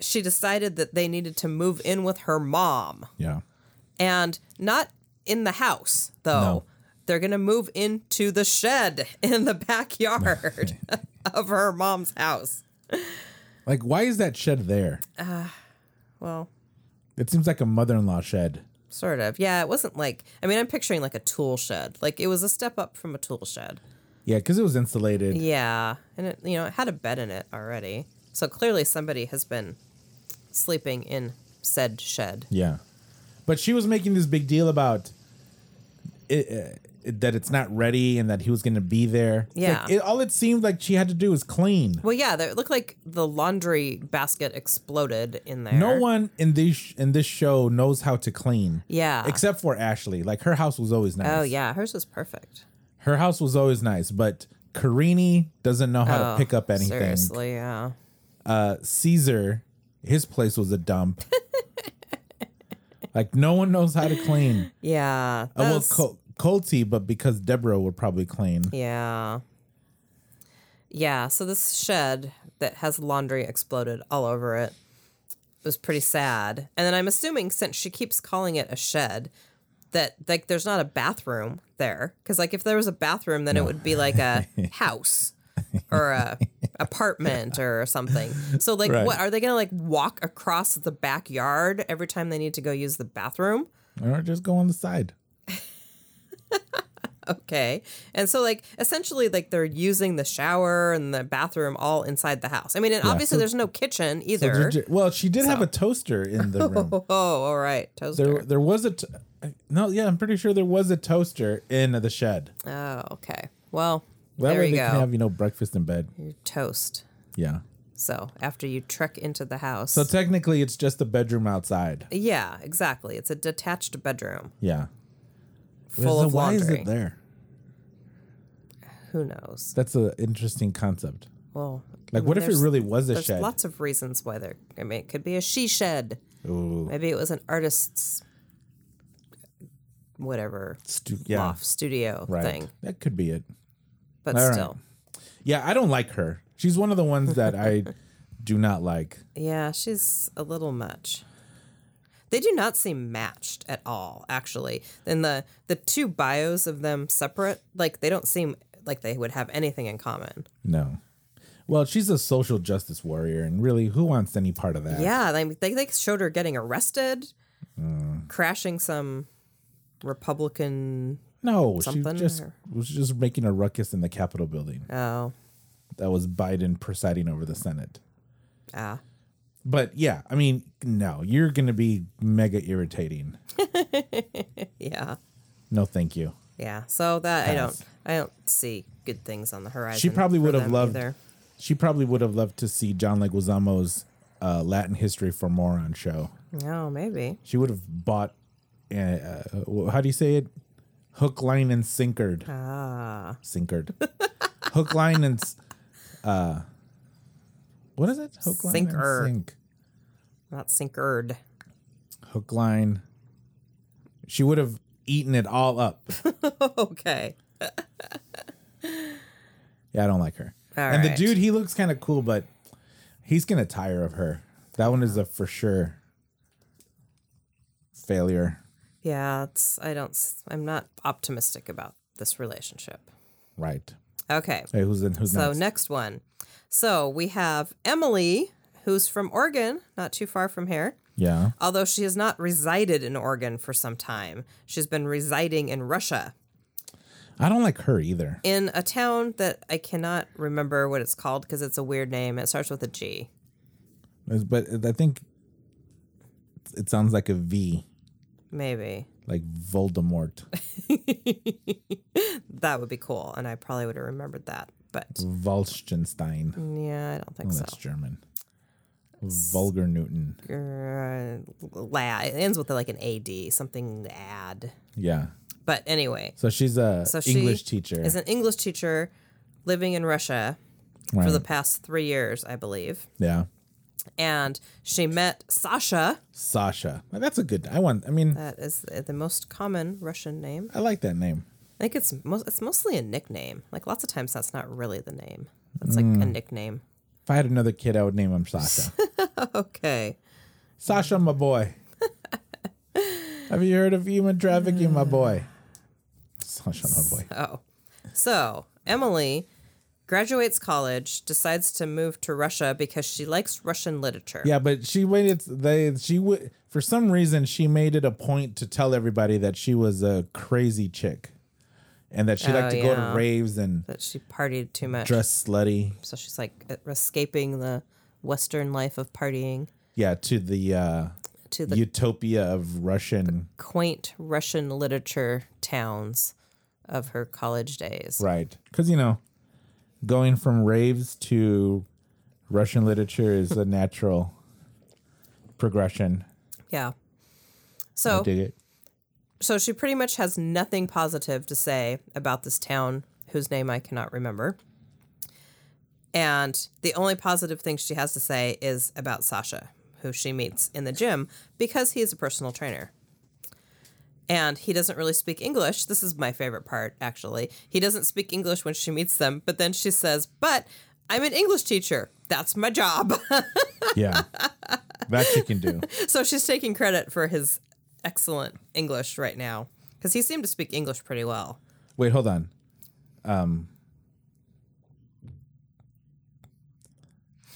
she decided that they needed to move in with her mom
yeah
and not in the house though.
No.
They're going to move into the shed in the backyard of her mom's house.
like why is that shed there
Well,
it seems like a mother-in-law shed
sort of. Yeah, it wasn't like I mean, I'm picturing like a tool shed. Like it was a step up from a tool shed.
yeah because it was insulated
Yeah, and it you know it had a bed in it already, so clearly somebody has been sleeping in said shed.
Yeah, but she was making this big deal about it, uh, it- that it's not ready and that he was going to be there. It's
Yeah.
like, it, all it seemed like she had to do was clean.
Well, yeah, there- it looked like the laundry basket exploded in there.
No one in this in this show knows how to clean.
Yeah.
except for Ashley. Like her house was always nice.
Oh yeah, hers was perfect.
her house was always nice, but. Karini doesn't know how to pick up anything.
Oh, Seriously, yeah.
Caesar, his place was a dump. like no one knows how to clean.
Yeah.
Uh, well,
that's-
Col- Colty, but because Deborah would probably clean.
yeah. Yeah, so this shed that has laundry exploded all over it. was pretty sad. And then I'm assuming since she keeps calling it a shed, that like there's not a bathroom there because like if there was a bathroom, then it would be like a house or a apartment or something. So like,
Right.
what are they gonna like walk across the backyard every time they need to go use the bathroom?
Or just go on the side.
Okay. And so like essentially like they're using the shower and the bathroom all inside the house. I mean, and obviously
so-
there's no kitchen
So
either.
did you- well, she did have a toaster in the room.
oh, all right.
There,
Toaster.
there was a t- no. Yeah, I'm pretty sure there was a toaster in the shed.
Oh, okay. Well,
That
there
way
you
they
go.
can have you know breakfast in bed.
Your toast.
Yeah.
So after you trek into the house.
So technically, it's just a bedroom outside.
yeah, exactly. It's a detached bedroom
Yeah.
full
So
of
why
laundry.
is it there?
Who knows?
That's an interesting concept.
Well,
Like, what if it
there's-
really was a
There's
shed?
lots of reasons why there. I mean, it could be a she shed.
Ooh,
Maybe it was an artist's, whatever,
stu- yeah,
loft studio
right.
thing.
That could be it.
But
All right.
still,
Yeah, I don't like her. She's one of the ones that I do not like.
yeah, she's a little much. They do not seem matched at all, actually. And the the two bios of them separate, like they don't seem like they would have anything in common.
No. Well, she's a social justice warrior, and really, who wants any part of that?
Yeah, they, they, they showed her getting arrested,
Mm.
crashing some Republican.
No,
Something
she just
or-
was just making a ruckus in the Capitol building.
Oh,
That was Biden presiding over the Senate.
ah.
But yeah, I mean, no, you're gonna be mega irritating.
yeah,
No, thank you.
yeah. So that I don't
Pass.
I don't see good things on the horizon.
She probably
for
would have
them
loved.
either.
She probably would have loved to see John Leguizamo's uh, Latin History for Moron show.
No, maybe.
She would have bought. Uh, uh, how do you say it? Hook, line, and sinkered. Ah, sinkered. Hook, line, and s- uh, what is it? Hook, line,
Sinker.
and sink.
Not sinkered.
Hook, line. She would have eaten it all up.
Okay.
Yeah, I don't like her.
All
and the
right.
dude, he looks kind of cool, but he's gonna tire of her. That one is a for sure failure,
Yeah, it's I don't s- I'm not optimistic about this relationship.
right?
Okay.
Hey, who's in? Who's
So
next?
next one. So we have Emily, who's from Oregon, not too far from here.
Yeah.
Although she has not resided in Oregon for some time, she's been residing in Russia
I don't like her either.
in a town that I cannot remember what it's called because it's a weird name. It starts with a G.
But I think it sounds like a V,
Maybe
like Voldemort.
that would be cool, and I probably would have remembered that. But
Wolstenstein. Oh,
yeah, I don't think so.
That's German. Vulgar Newton.
Uh, la- it ends with like an ad, something ad.
Yeah.
But anyway,
So she's a
so she
English teacher.
is an English teacher living in Russia
right?
for the past three years, I believe,
yeah.
and she met Sasha.
Sasha. Well, that's a good. I want. I mean,
That is the the most common Russian name.
I like that name.
I think it's most, it's mostly a nickname. Like lots of times, that's not really the name. That's like
Hmm.
a nickname.
If I had another kid, I would name him Sasha.
Okay.
Sasha, my boy. Have you heard of human trafficking, my
Uh,
boy? Sasha, my boy.
Oh, so Emily graduates college, decides to move to Russia because she likes Russian literature.
Yeah, but she waited. They she would for some reason she made it a point to tell everybody that she was a crazy chick, and that she
Oh,
liked to go to
yeah.
raves and
That she partied too much,
dress slutty.
so she's like e, escaping the Western life of partying
Yeah, to the uh,
to the
utopia of Russian.
quaint Russian literature towns of her college days.
Right. Because, you know, going from raves to Russian literature is a natural progression.
Yeah. So
Dig it.
so she pretty much has nothing positive to say about this town whose name I cannot remember. And the only positive thing she has to say is about Sasha, who she meets in the gym because he is a personal trainer. And he doesn't really speak English. This is my favorite part, actually. He doesn't speak English when she meets them, but then she says, But I'm an English teacher. That's my job.
Yeah. That she can do.
So she's taking credit for his excellent English right now because he seemed to speak English pretty well.
Wait, hold on. Um,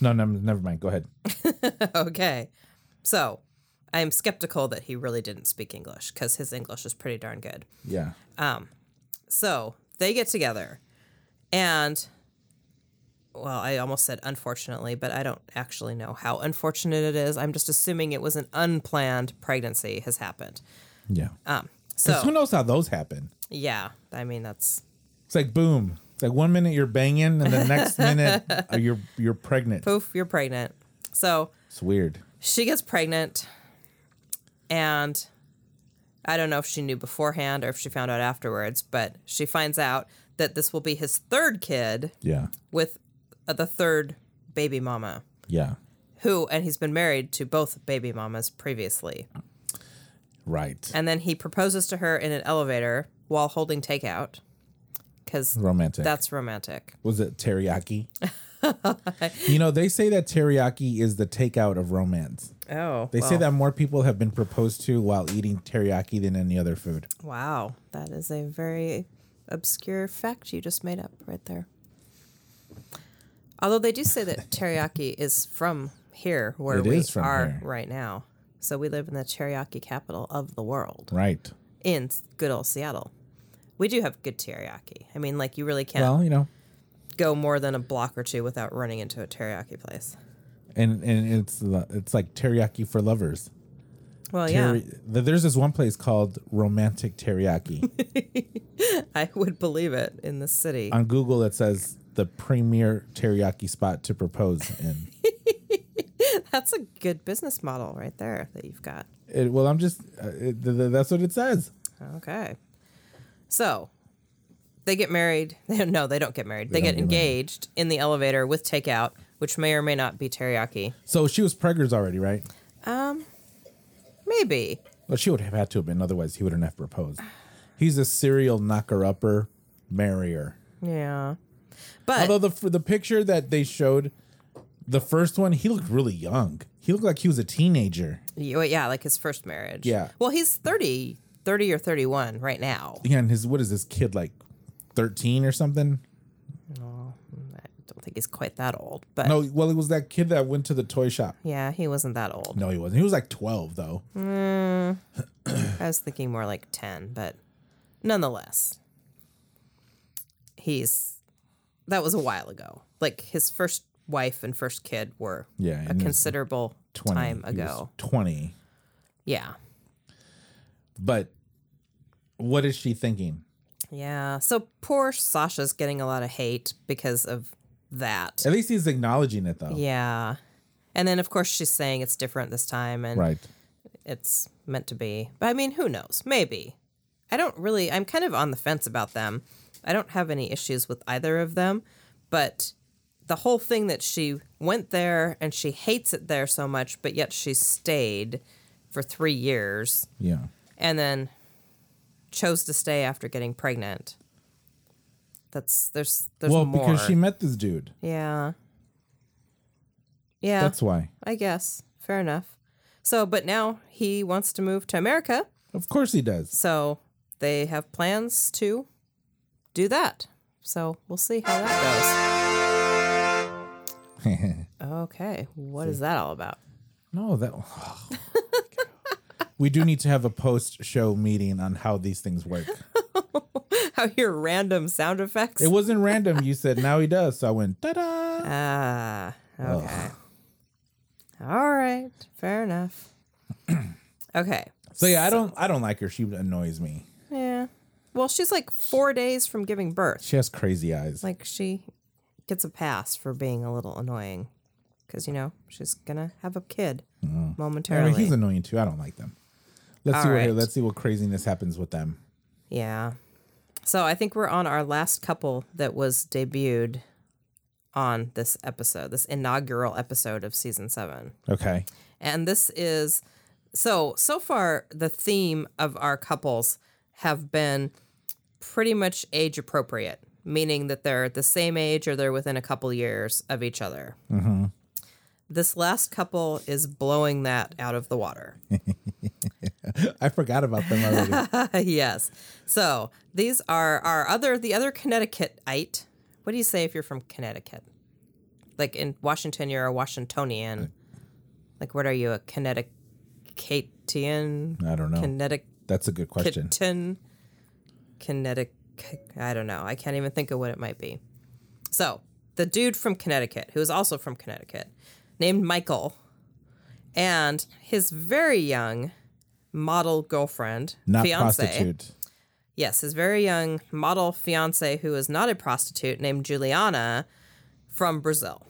no, no, never mind. Go ahead.
Okay. So I am skeptical that he really didn't speak English because his English is pretty darn good.
Yeah.
So they get together and well, I almost said unfortunately, but I don't actually know how unfortunate it is. I'm just assuming it was an unplanned pregnancy has happened. Um,
Yeah. 'Cause who
Uh, So
knows how those happen?
yeah, I mean that's
It's like boom. It's like one minute you're banging, and the next minute uh, you're you're pregnant.
poof, you're pregnant. So
It's weird.
she gets pregnant and I don't know if she knew beforehand or if she found out afterwards, but she finds out that this will be his third kid
Yeah.
with uh, the third baby mama
Yeah.
who and he's been married to both baby mamas previously.
Right.
And then he proposes to her in an elevator while holding takeout cuz
Romantic.
that's romantic.
was it teriyaki? you know, they say that teriyaki is the takeout of romance.
Oh.
They say that more people have been proposed to while eating teriyaki than any other food.
Wow, that is a very obscure fact you just made up right there. Although they do say that teriyaki is from here, where
It
we
is from
are
here.
right now. So we live in the teriyaki capital of the world,
Right.
in s- good old Seattle. We do have good teriyaki. I mean, like you really can't
Well, you know,
go more than a block or two without running into a teriyaki place.
and and it's the- it's like teriyaki for lovers.
Well,
Teri- th- There's this one place called Romantic Teriyaki.
yeah, I would believe it in the city.
On Google, it says the premier teriyaki spot to propose in.
That's a good business model right there that you've got.
It, well, I'm just uh, it, th- th- that's what it says.
Okay. So they get married. No, they don't get married. They,
don't
get
get married.
engaged in the elevator with takeout, which may or may not be teriyaki.
So she was preggers already, right?
Maybe.
Well, she would have had to have been, otherwise he wouldn't have proposed. He's a serial knocker-upper, marrier.
Yeah. But
Although the for the picture that they showed, the first one, he looked really young. He looked like he was a teenager.
yeah, well, yeah, like his first marriage.
Yeah.
Well, he's 30, 30 or 31 right now.
Yeah, and his what is this kid like, thirteen or something?
I don't think he's quite that old, but
No, well, it was that kid that went to the toy shop.
yeah, he wasn't that old.
No, he wasn't. He was like twelve though.
Hmm, I was thinking more like 10, but nonetheless, he's that was a while ago. Like his first wife and first kid were
Yeah,
a
and he was
considerable
Twenty
time
He was
ago.
Twenty,
Yeah.
but what is she thinking?
Yeah. So poor Sasha's getting a lot of hate because of that.
At least he's acknowledging it though.
Yeah. And then of course she's saying it's different this time and
Right.
it's meant to be. But I mean, who knows? Maybe. I don't really, I'm kind of on the fence about them. I don't have any issues with either of them, but the whole thing that she went there and she hates it there so much, but yet she stayed for three years
Yeah.
and then chose to stay after getting pregnant. That's there's there's
well,
more.
because she met this dude.
yeah, yeah.
That's why.
I guess. Fair enough. So, but now he wants to move to America.
Of course he does.
So they have plans to do that. So we'll see how that goes. Okay. What is that all about?
No, that. oh, we do need to have a post-show meeting on how these things work.
How your random sound effects?
It wasn't random. You said now he does, so I went da da.
Ah, okay. All right. Fair enough. okay.
So yeah, I don't, I don't like her. She annoys me.
Yeah. Well, she's like four days from giving birth.
She has crazy eyes.
Like she gets a pass for being a little annoying because, you know, she's going to have a kid
I
momentarily.
mean, he's annoying too. Mm-hmm. I don't like them. Let's see
All
what
right.
let's see what craziness happens with them.
Yeah. So I think we're on our last couple that was debuted on this episode, this inaugural episode of season seven.
Okay.
And this is so, so far, the theme of our couples have been pretty much age appropriate, meaning that they're the same age or they're within a couple years of each other. This last couple is blowing that out of the water.
I forgot about them already.
yes. So these are our other the other Connecticutite. What do you say if you're from Connecticut? Like in Washington, you're a Washingtonian. Like what are you a Connecticutian?
I don't know.
Connecticutan.
That's a good question.
Connecticut. I don't know. I can't even think of what it might be. So the dude from Connecticut, who is also from Connecticut, named Michael, and his very young model girlfriend,
Not
fiance.
prostitute.
Yes, his very young model fiance, who is not a prostitute, named Juliana from Brazil.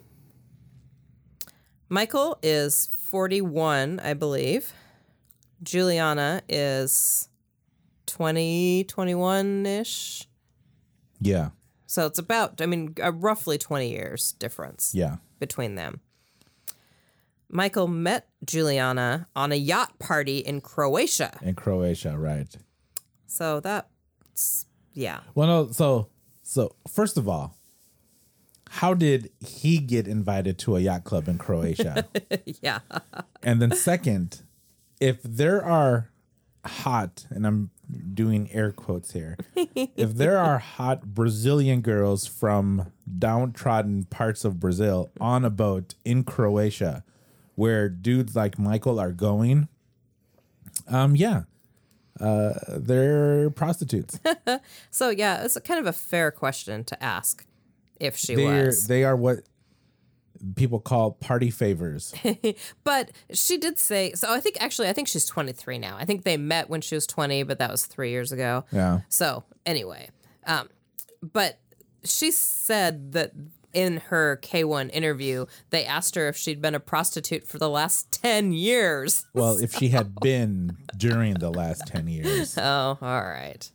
Michael is 41, I believe. Juliana is 20, 21 ish.
Yeah.
So it's about, I mean, uh, roughly 20 years difference
Yeah.
between them. Michael met Juliana on a yacht party in Croatia.
In Croatia, right.
So that's, yeah.
Well, no, so so first of all, how did he get invited to a yacht club in Croatia?
Yeah.
and then second, if there are hot, and I'm doing air quotes here, if there are hot Brazilian girls from downtrodden parts of Brazil on a boat in Croatia where dudes like Michael are going, um yeah. Uh, they're prostitutes.
So yeah, it's a kind of a fair question to ask if she
They're,
was.
they are what people call party favors.
but she did say so I think actually I think she's 23 now. I think they met when she was 20, but that was 3 years ago.
Yeah.
So, anyway, um but she said that in her K1 interview, they asked her if she'd been a prostitute for the last 10 years.
Well, if she had been during the last 10 years.
Oh, all right.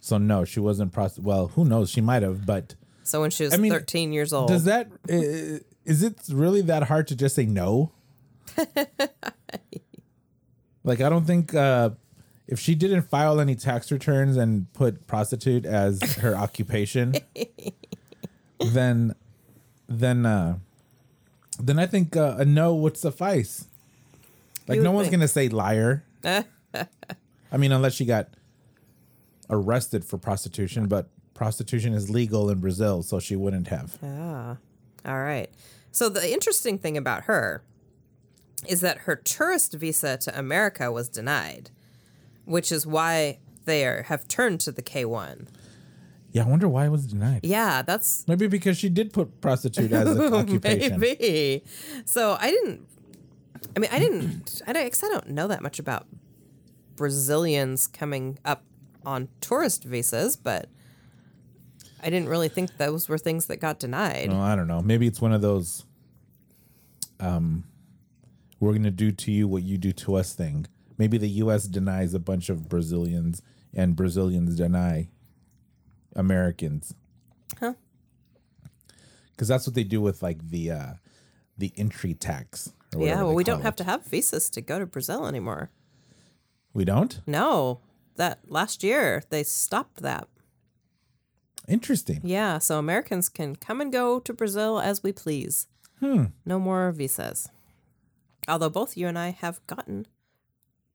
So, no, she wasn't prostitute. Well, who knows? She might have, but
So when she was
mean,
13 years old.
does that, i- is it really that hard to just say no? like, I don't think, uh, if she didn't file any tax returns and put prostitute as her occupation, then, then, uh, then I think uh, a no would suffice. Like
You
no
would
one's
think.
gonna say liar. I mean, unless she got arrested for prostitution, but prostitution is legal in Brazil, so she wouldn't have.
All right. So the interesting thing about her is that her tourist visa to America was denied, which is why they are, have turned to the K1.
Yeah, I wonder why it was denied.
Yeah, that's
Maybe because she did put prostitute as an occupation.
maybe. So I didn't I mean I didn't I don't, 'cause I don't know that much about Brazilians coming up on tourist visas, but I didn't really think those were things that got denied.
Well, I don't know. Maybe it's one of those um we're gonna do to you what you do to us thing. Maybe the US denies a bunch of Brazilians and Brazilians deny Americans.
Huh.
Cause that's what they do with like the uh the entry tax. or whatever
Yeah, well
they
we
call
don't
it.
have to have visas to go to Brazil anymore.
We don't?
No, that last year they stopped that.
Interesting.
Yeah, so Americans can come and go to Brazil as we please. Hmm. No more visas. Although both you and I have gotten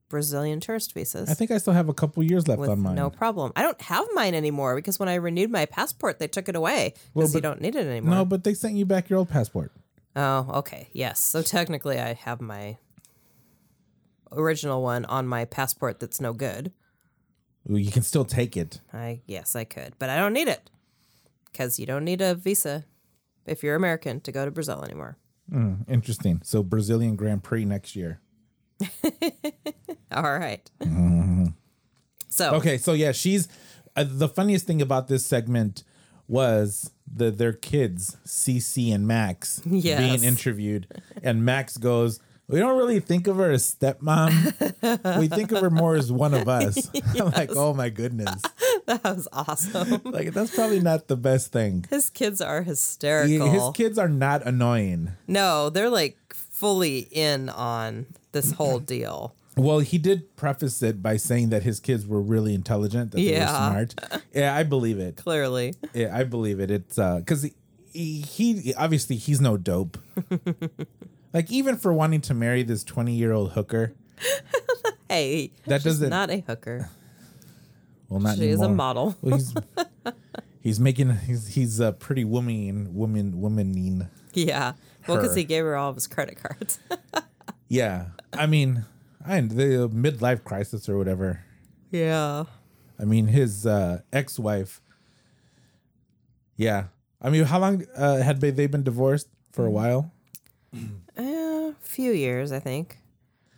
Brazilian tourist visas
I think I still have a couple years left
with
on mine.
no problem. I don't have mine anymore because when I renewed my passport, they took it away because you
but-
don't need it anymore.
No, but they sent you back your old passport.
Oh, okay. Yes. So technically, I have my original one on my passport that's no good.
Ooh, You can still take it.
I yes, I could, but I don't need it because you don't need a visa if you're American to go to Brazil anymore.
Interesting. So Brazilian Grand Prix next year.
All right. So
Okay, so yeah, she's uh, the funniest thing about this segment was the their kids, CC and Max,
Yes.
being interviewed, and Max goes, "We don't really think of her as stepmom. we think of her more as one of us." I'm like, oh my goodness,
that was awesome.
like that's probably not the best thing.
his kids are
He-
hysterical.
his kids are not annoying.
no, they're like fully in on this whole deal.
Well, he did preface it by saying that his kids were really intelligent, that
Yeah.
they were smart. Yeah, I believe it.
Clearly,
Yeah, I believe it. It's because he, he obviously he's no dope. like even for wanting to marry this 20-year-old hooker,
Hey,
that doesn't
not a hooker.
well not
She is a
anymore.
model.
Well, he's he's making he's he's a pretty woman woman womaning.
Yeah. Well, because
Her.
he gave her all of his credit cards.
Yeah. I mean, I the midlife crisis or whatever.
yeah.
I mean, his uh, ex-wife. Yeah, I mean, how long uh, had they, they been divorced for
Mm-hmm.
a while?
A Eh, few years, I think.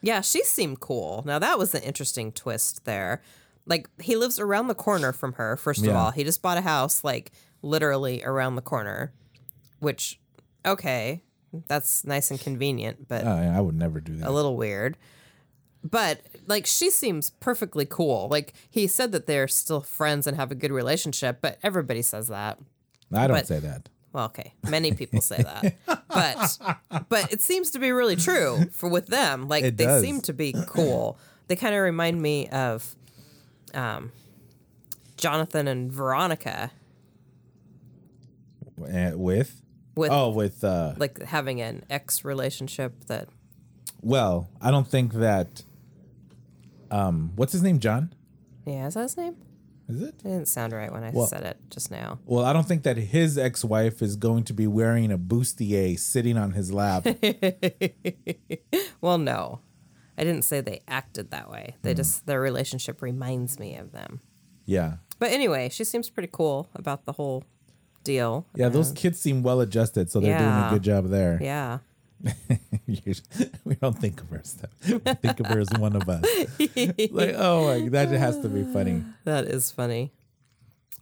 Yeah, she seemed cool. Now that was an interesting twist there. Like he lives around the corner from her. First of
Yeah.
all, he just bought a house like literally around the corner, which okay, that's nice and convenient, but
Oh, yeah, I would never do
a
that.
little weird. But like she seems perfectly cool. Like he said that they're still friends and have a good relationship, but everybody says that.
I don't
but-
say that.
Well, okay, many people say that, but but it seems to be really true for with them. Like
It
they
does.
seem to be cool. They kind of remind me of, um, Jonathan and Veronica,
Eh, With,
With-
oh, with uh,
like having an ex relationship that
well, I don't think that. Um, what's his name? John?
yeah, is that his name?
Is it?
It didn't sound right when I
Well-
said it just now.
Well, I don't think that his ex-wife is going to be wearing a bustier sitting on his lap.
Well, no, I didn't say they acted that way.
Hmm.
They just their relationship reminds me of them.
yeah,
But anyway, she seems pretty cool about the whole deal.
yeah. Those kids seem well-adjusted, so they're doing a
Yeah.
good job there.
Yeah.
You- we don't think of her as that. We think of her as one of us. like, oh, my, that has to be funny.
That is funny.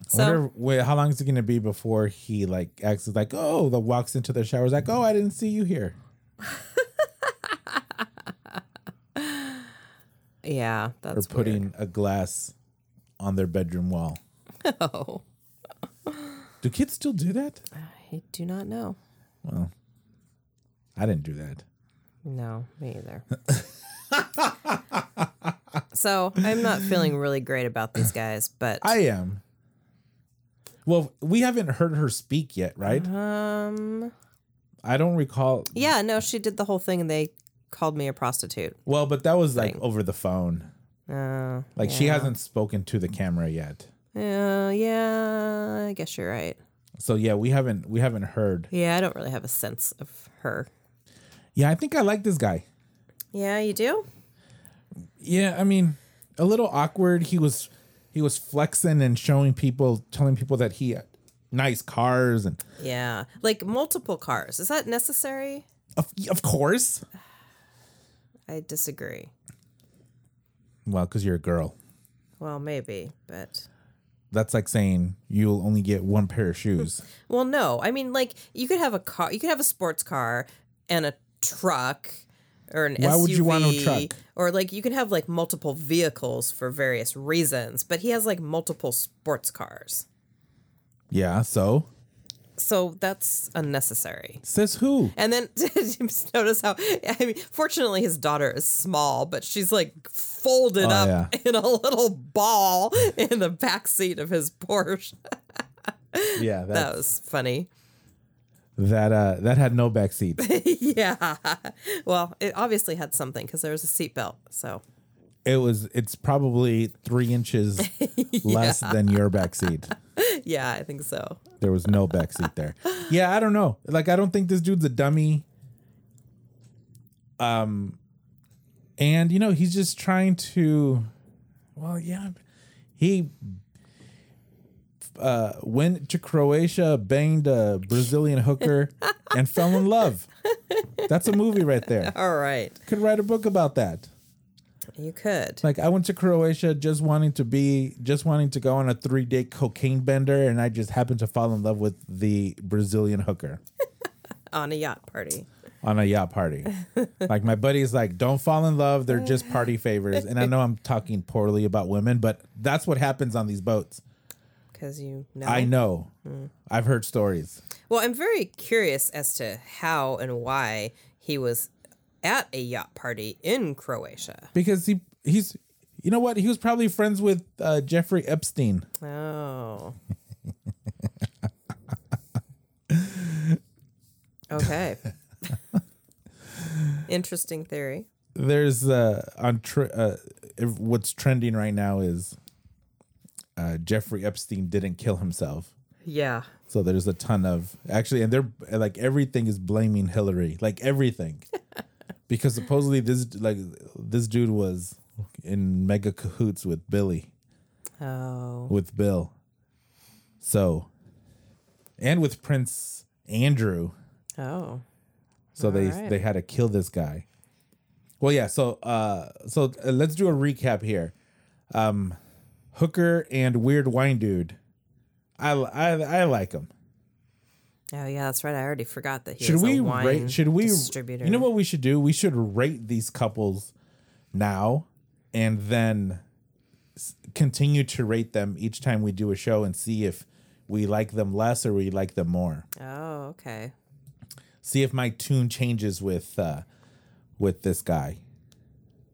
I
So,
wonder wait, how long is it going to be before he like acts as like, oh, the walks into the shower is like, oh, I didn't see you here.
yeah,
Or
that's
putting a glass on their bedroom wall.
weird. Oh,
Do kids still do that?
I do not know.
I didn't do that.
No, me either. so, I'm not feeling really great about these guys, but
I am. Well, we haven't heard her speak yet, right?
um
I don't recall.
yeah, no, she did the whole thing and they called me a prostitute.
Well, but that was like over the phone.
Uh,
Like she hasn't spoken to the camera yet.
yeah, Uh, yeah, I guess you're right.
So yeah, we haven't we haven't heard
Yeah, I don't really have a sense of her.
Yeah, I think I like this guy.
Yeah, you do?
Yeah, I mean, a little awkward. He was he was flexing and showing people, telling people that he had nice cars and
Yeah. Like multiple cars. Is that necessary?
of, of course.
I disagree.
Well, cuz you're a girl.
Well, maybe, but
That's like saying you'll only get one pair of shoes.
well, no. I mean, like you could have a car, you could have a sports car and a truck or an
Why
SUV.
would you want a truck?
Or like you can have like multiple vehicles for various reasons, but he has like multiple sports cars.
yeah, so
So that's unnecessary.
says who?
And then did you just notice how I mean fortunately his daughter is small, but she's like folded up
Oh, yeah.
in a little ball in the back seat of his Porsche.
Yeah, that
That
that,
was funny.
uh that had no backseat.
Yeah. Well, it obviously had something because there was a seatbelt. So,
it was it's probably 3 inches less than your backseat.
yeah, I think so.
There was no backseat there. Yeah, I don't know. Like, I don't think this dude's a dummy. Um, and you know, he's just trying to. Well, yeah, he uh went to Croatia, banged a Brazilian hooker, and fell in love. That's a movie right there.
All right.
Could write a book about that.
You could.
Like, I went to Croatia just wanting to be, just wanting to go on a three day cocaine bender, and I just happened to fall in love with the Brazilian hooker
On a yacht party.
on a yacht party. like, my buddy's like, don't fall in love. They're just party favors. And I know I'm talking poorly about women, but that's what happens on these boats.
Because you know.
I know. I've heard stories.
Well, I'm very curious as to how and why he was at a yacht party in Croatia.
Because he, he's, you know what? He was probably friends with uh, Jeffrey Epstein.
Oh. Okay. Interesting theory.
There's uh on tr uh, if- what's trending right now is uh Jeffrey Epstein didn't kill himself.
Yeah.
So there's a ton of actually, and they're like everything is blaming Hillary, like everything, because supposedly this like this dude was in mega cahoots with Billy,
Oh.
with Bill, so, and with Prince Andrew.
Oh.
So they
Alright.
they had to kill this guy. Well, yeah. So uh, so uh, let's do a recap here. Um, Hooker and Weird Wine Dude, I I I like him.
Oh yeah, that's right. I already forgot that he
should
was
we
a wine
rate should we
distributor.
you know what we should do we should rate these couples now and then s- continue to rate them each time we do a show and see if we like them less or we like them more
Oh, okay.
see if my tune changes with uh with this guy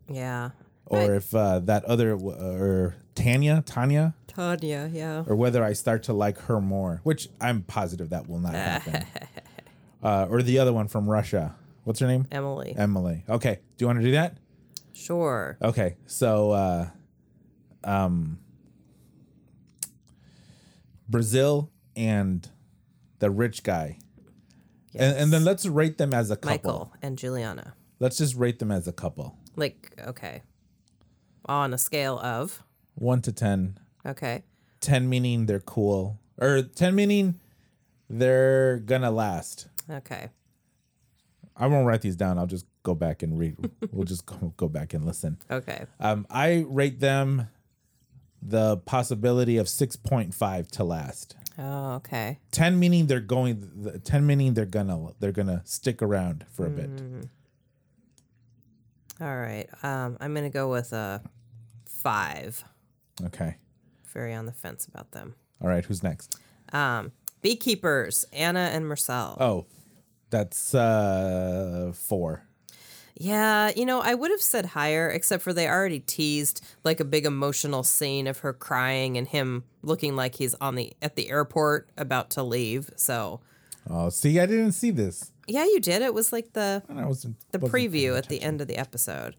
Yeah.
or
Right.
if uh that other w- or tanya tanya
Tanya, yeah.
or whether i start to like her more which i'm positive that will not happen uh or the other one from russia what's her name
Emily.
Emily. Okay. Do you want to do that?
Sure.
Okay. So, uh, um, Brazil and the rich guy. And, and then let's rate them as a couple.
Michael and Juliana.
Let's just rate them as a couple.
Like, okay. On a scale of
One to 10.
okay.
10 meaning they're cool, or 10 meaning they're gonna last.
Okay.
I won't write these down. I'll just go back and read. we'll just go, go back and listen.
Okay.
Um, I rate them the possibility of 6.5 to last.
Oh, okay.
10 meaning they're going the 10 meaning they're gonna they're gonna stick around for a
Mm.
bit.
All right. Um, I'm gonna go with a five.
Okay.
Very on the fence about them.
All right, who's next?
Um, beekeepers, Anna and Marcel.
Oh, that's uh 4.
Yeah, you know, I would have said higher, except for they already teased like a big emotional scene of her crying and him looking like he's on the at the airport about to leave. So
Oh, see, I didn't see this.
yeah, you did. It was like the
I was
the preview at the end of the episode.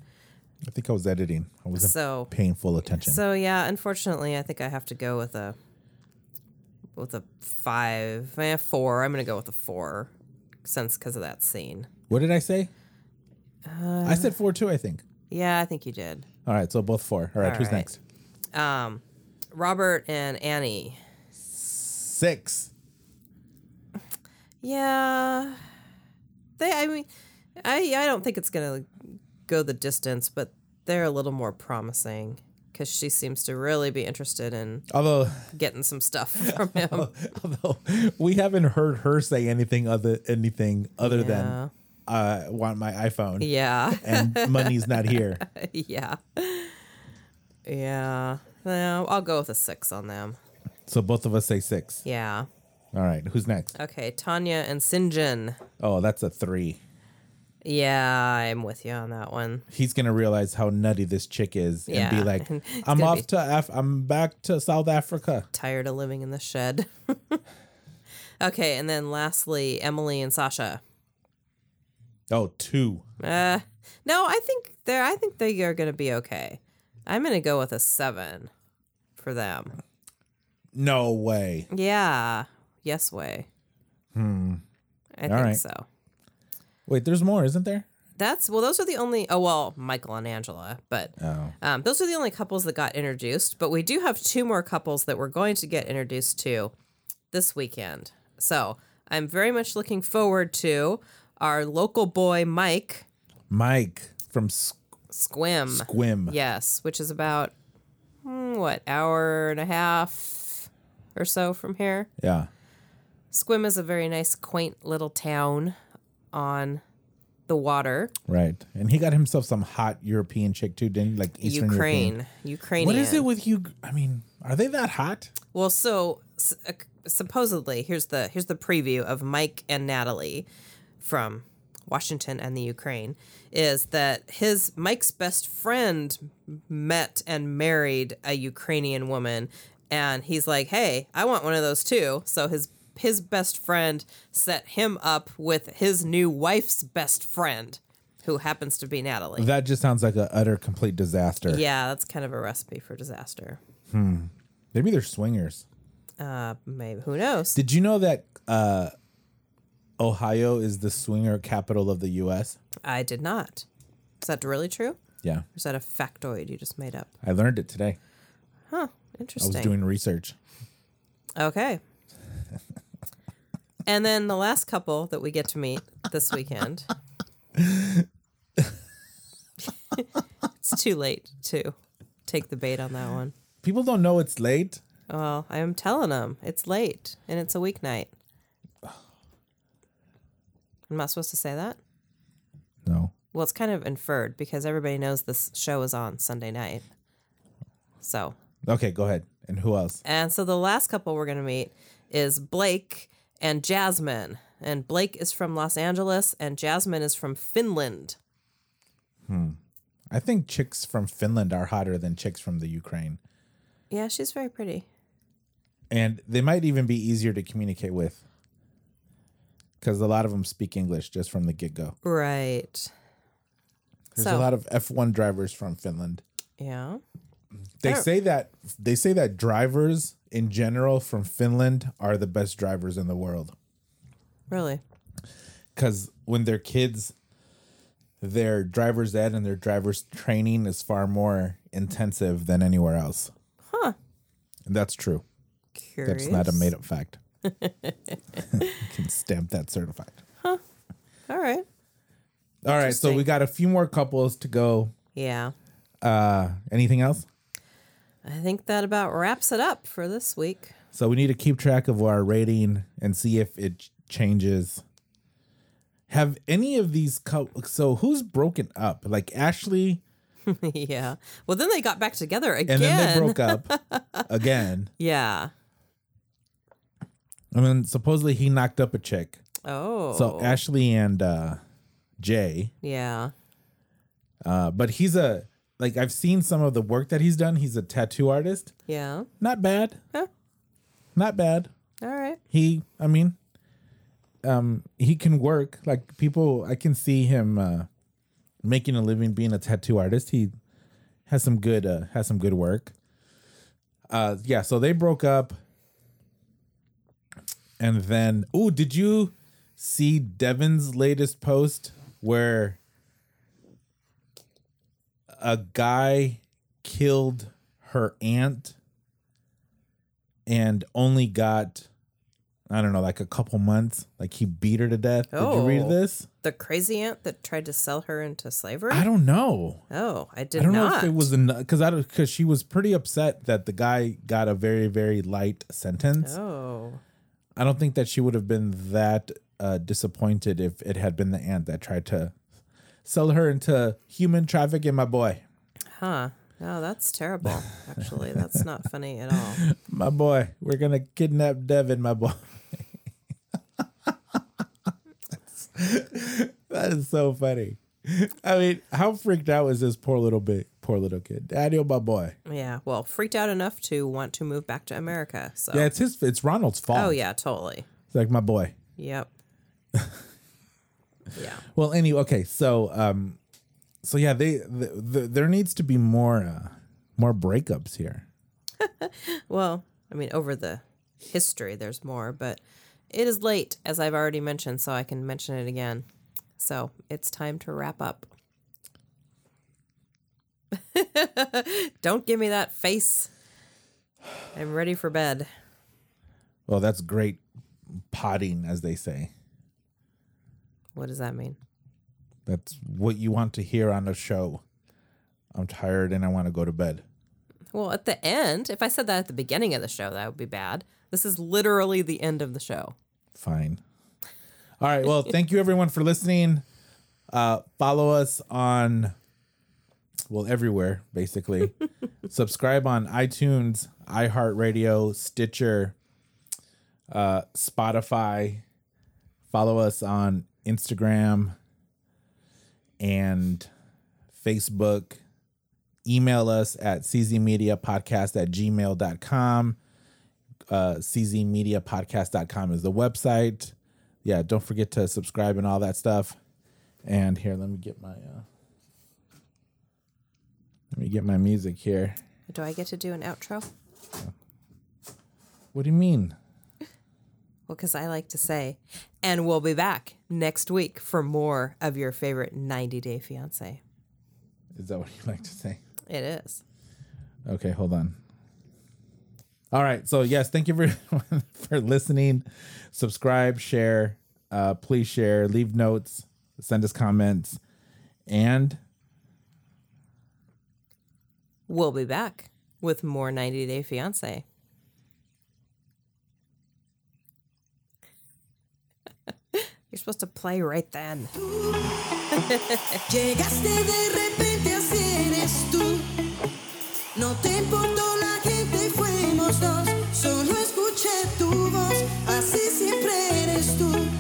I think I was editing. I wasn't
So-
paying full attention.
So yeah, unfortunately, I think I have to go with a with a five, eh, four. I'm gonna go with a four, since because of that scene.
what did I say? I said 4 too, I think.
Yeah, I think you did.
All right, so both 4. All right,
All
who's
right.
next?
Um, Robert and Annie.
6.
Yeah, they. I mean, I I don't think it's gonna go the distance, but they're a little more promising because she seems to really be interested in
Although
getting some stuff from him.
Although we haven't heard her say anything other anything other
Yeah.
than I want my iPhone
Uh, yeah,
and money's not here.
yeah, yeah. No, I'll go with a six on them.
So both of us say six.
Yeah.
All right, who's next?
Okay, Tanya and Sinjin.
Oh, that's a three.
Yeah, I'm with you on that one.
He's gonna realize how nutty this chick is and be
Yeah.
like,
It's
"I'm
gonna
off
be-
to Af- I'm back to South Africa."
Tired of living in the shed. okay, and then lastly, Emily and Sasha.
Oh, two.
Uh, no, I think they're. I think they are going to be okay. I'm going to go with a seven for them.
No way.
Yeah. Yes way. Hmm. I think
right.
so.
Wait, there's more, isn't there?
That's well. Those are the only. Oh well, Michael and Angela, but
Oh,
um, those are the only couples that got introduced. But we do have two more couples that we're going to get introduced to this weekend. So I'm very much looking forward to our local boy Mike
Mike from Squim.
Squim.
Squim.
Yes, which is about mm, what hour and a half or so from here.
Yeah.
Squim is a very nice, quaint little town on the water,
Right. And he got himself some hot European chick too, didn't he? Like Eastern European.
Ukraine, Ukrainian.
What is it with you? I mean, are they that hot?
Well, so s- uh, supposedly, here's the here's the preview of Mike and Natalie from Washington and the Ukraine is that his Mike's best friend met and married a Ukrainian woman and he's like, "Hey, I want one of those too." So his his best friend set him up with his new wife's best friend, who happens to be Natalie.
That just sounds like an utter complete disaster.
yeah, that's kind of a recipe for disaster.
Maybe they're swingers.
Uh, maybe who knows?
Did you know that uh, Ohio is the swinger capital of the U.S.?
I did not. Is that really true? Or
Yeah,
is that a factoid you just made up?
I learned it today. I
Huh.
was
Interesting.
doing research.
Okay. and then the last couple that we get to meet this weekend. it's too late to take the bait on that one.
People don't know it's late.
Well, I am telling them it's late and it's a weeknight. Am I supposed to say that?
No.
Well, it's kind of inferred because everybody knows this show is on Sunday night. So
Okay, go ahead. And who else?
And so the last couple we're going to meet is Blake and Jasmine. And Blake is from Los Angeles and Jasmine is from Finland.
I think chicks from Finland are hotter than chicks from the Ukraine,
Yeah, she's very pretty.
and they might even be easier to communicate with because a lot of them speak English just from the get-go.
Right.
There's
So-
a lot of F1 drivers from Finland.
Yeah.
They
don't-
say that they say that drivers in general from Finland are the best drivers in the world
Really.
because when they're kids, their driver's ed and their driver's training is far more intensive than anywhere else.
Huh.
And that's true.
Curious.
That's not a made up fact. you can stamp that certified.
All right.
All right, so we got a few more couples to go.
Yeah.
Uh, anything else?
I think that about wraps it up for this week.
So we need to keep track of our rating and see if it ch- changes. Have any of these co- so who's broken up? Like Ashley,
yeah. Well, then they got back together again.
and then they broke up again.
Yeah.
I mean, supposedly he knocked up a chick.
Oh.
So Ashley and uh, Jay,
yeah.
uh, but he's a like I've seen some of the work that he's done. He's a tattoo artist.
Yeah.
Not bad.
Huh.
Not bad.
All right.
he i mean um he can work like people i can see him uh making a living being a tattoo artist he has some good uh has some good work uh yeah so they broke up and then oh did you see devin's latest post where a guy killed her aunt and only got I don't know, like a couple months. Like he beat her to death. Did you
Oh.
read this?
The crazy aunt that tried to sell her into slavery?
I don't know.
oh, I did
I don't
not.
know if it was because I because she was pretty upset that the guy got a very very light sentence.
Oh,
I don't think that she would have been that uh, disappointed if it had been the aunt that tried to sell her into human trafficking. My boy,
huh. No, that's terrible. Actually, that's not funny at all.
my boy, we're gonna kidnap Devin, my boy. that is so funny. I mean, how freaked out was this poor little bit, poor little kid? Daddy, oh, my boy.
Yeah. Well, freaked out enough to want to move back to America. So.
Yeah, it's his. It's Ronald's fault.
Oh yeah, totally.
It's like my boy.
Yep. yeah.
Well, anyway, okay. So, um, so yeah, they the, the, there needs to be more uh, more breakups here.
Well, I mean, over the history, there's more, but it is late, as I've already mentioned, so I can mention it again. So it's time to wrap up. Don't give me that face. I'm ready for bed.
Well, that's great potting, as they say.
What does that mean?
That's what you want to hear on a show. I'm tired and I want to go to bed.
Well, at the end, if I said that at the beginning of the show, that would be bad. This is literally the end of the show.
Fine. All right. Well, thank you everyone for listening. Uh, follow us on, well, everywhere basically. Subscribe on iTunes, iHeartRadio, Stitcher, uh, Spotify. Follow us on Instagram and Facebook. Email us at czmediapodcast at gmail.com. uh, czmediapodcast.com is the website. Yeah, don't forget to subscribe and all that stuff. And here, let me get my uh, let me get my music here.
Do I get to do an outro?
What do you mean?
Well, because I like to say, and we'll be back next week for more of your favorite 90 Day Fiance.
Is that what you like to say?
It is.
Okay, hold on. All right. So yes, thank you for for listening. Subscribe, share, uh, please share, leave notes, send us comments, and
We'll be back with more 90 Day Fiance. You're supposed to play right then.
Llegaste de repente, así eres tú. No te importó la gente, fuimos dos. Solo escuché tu voz, así siempre eres tú.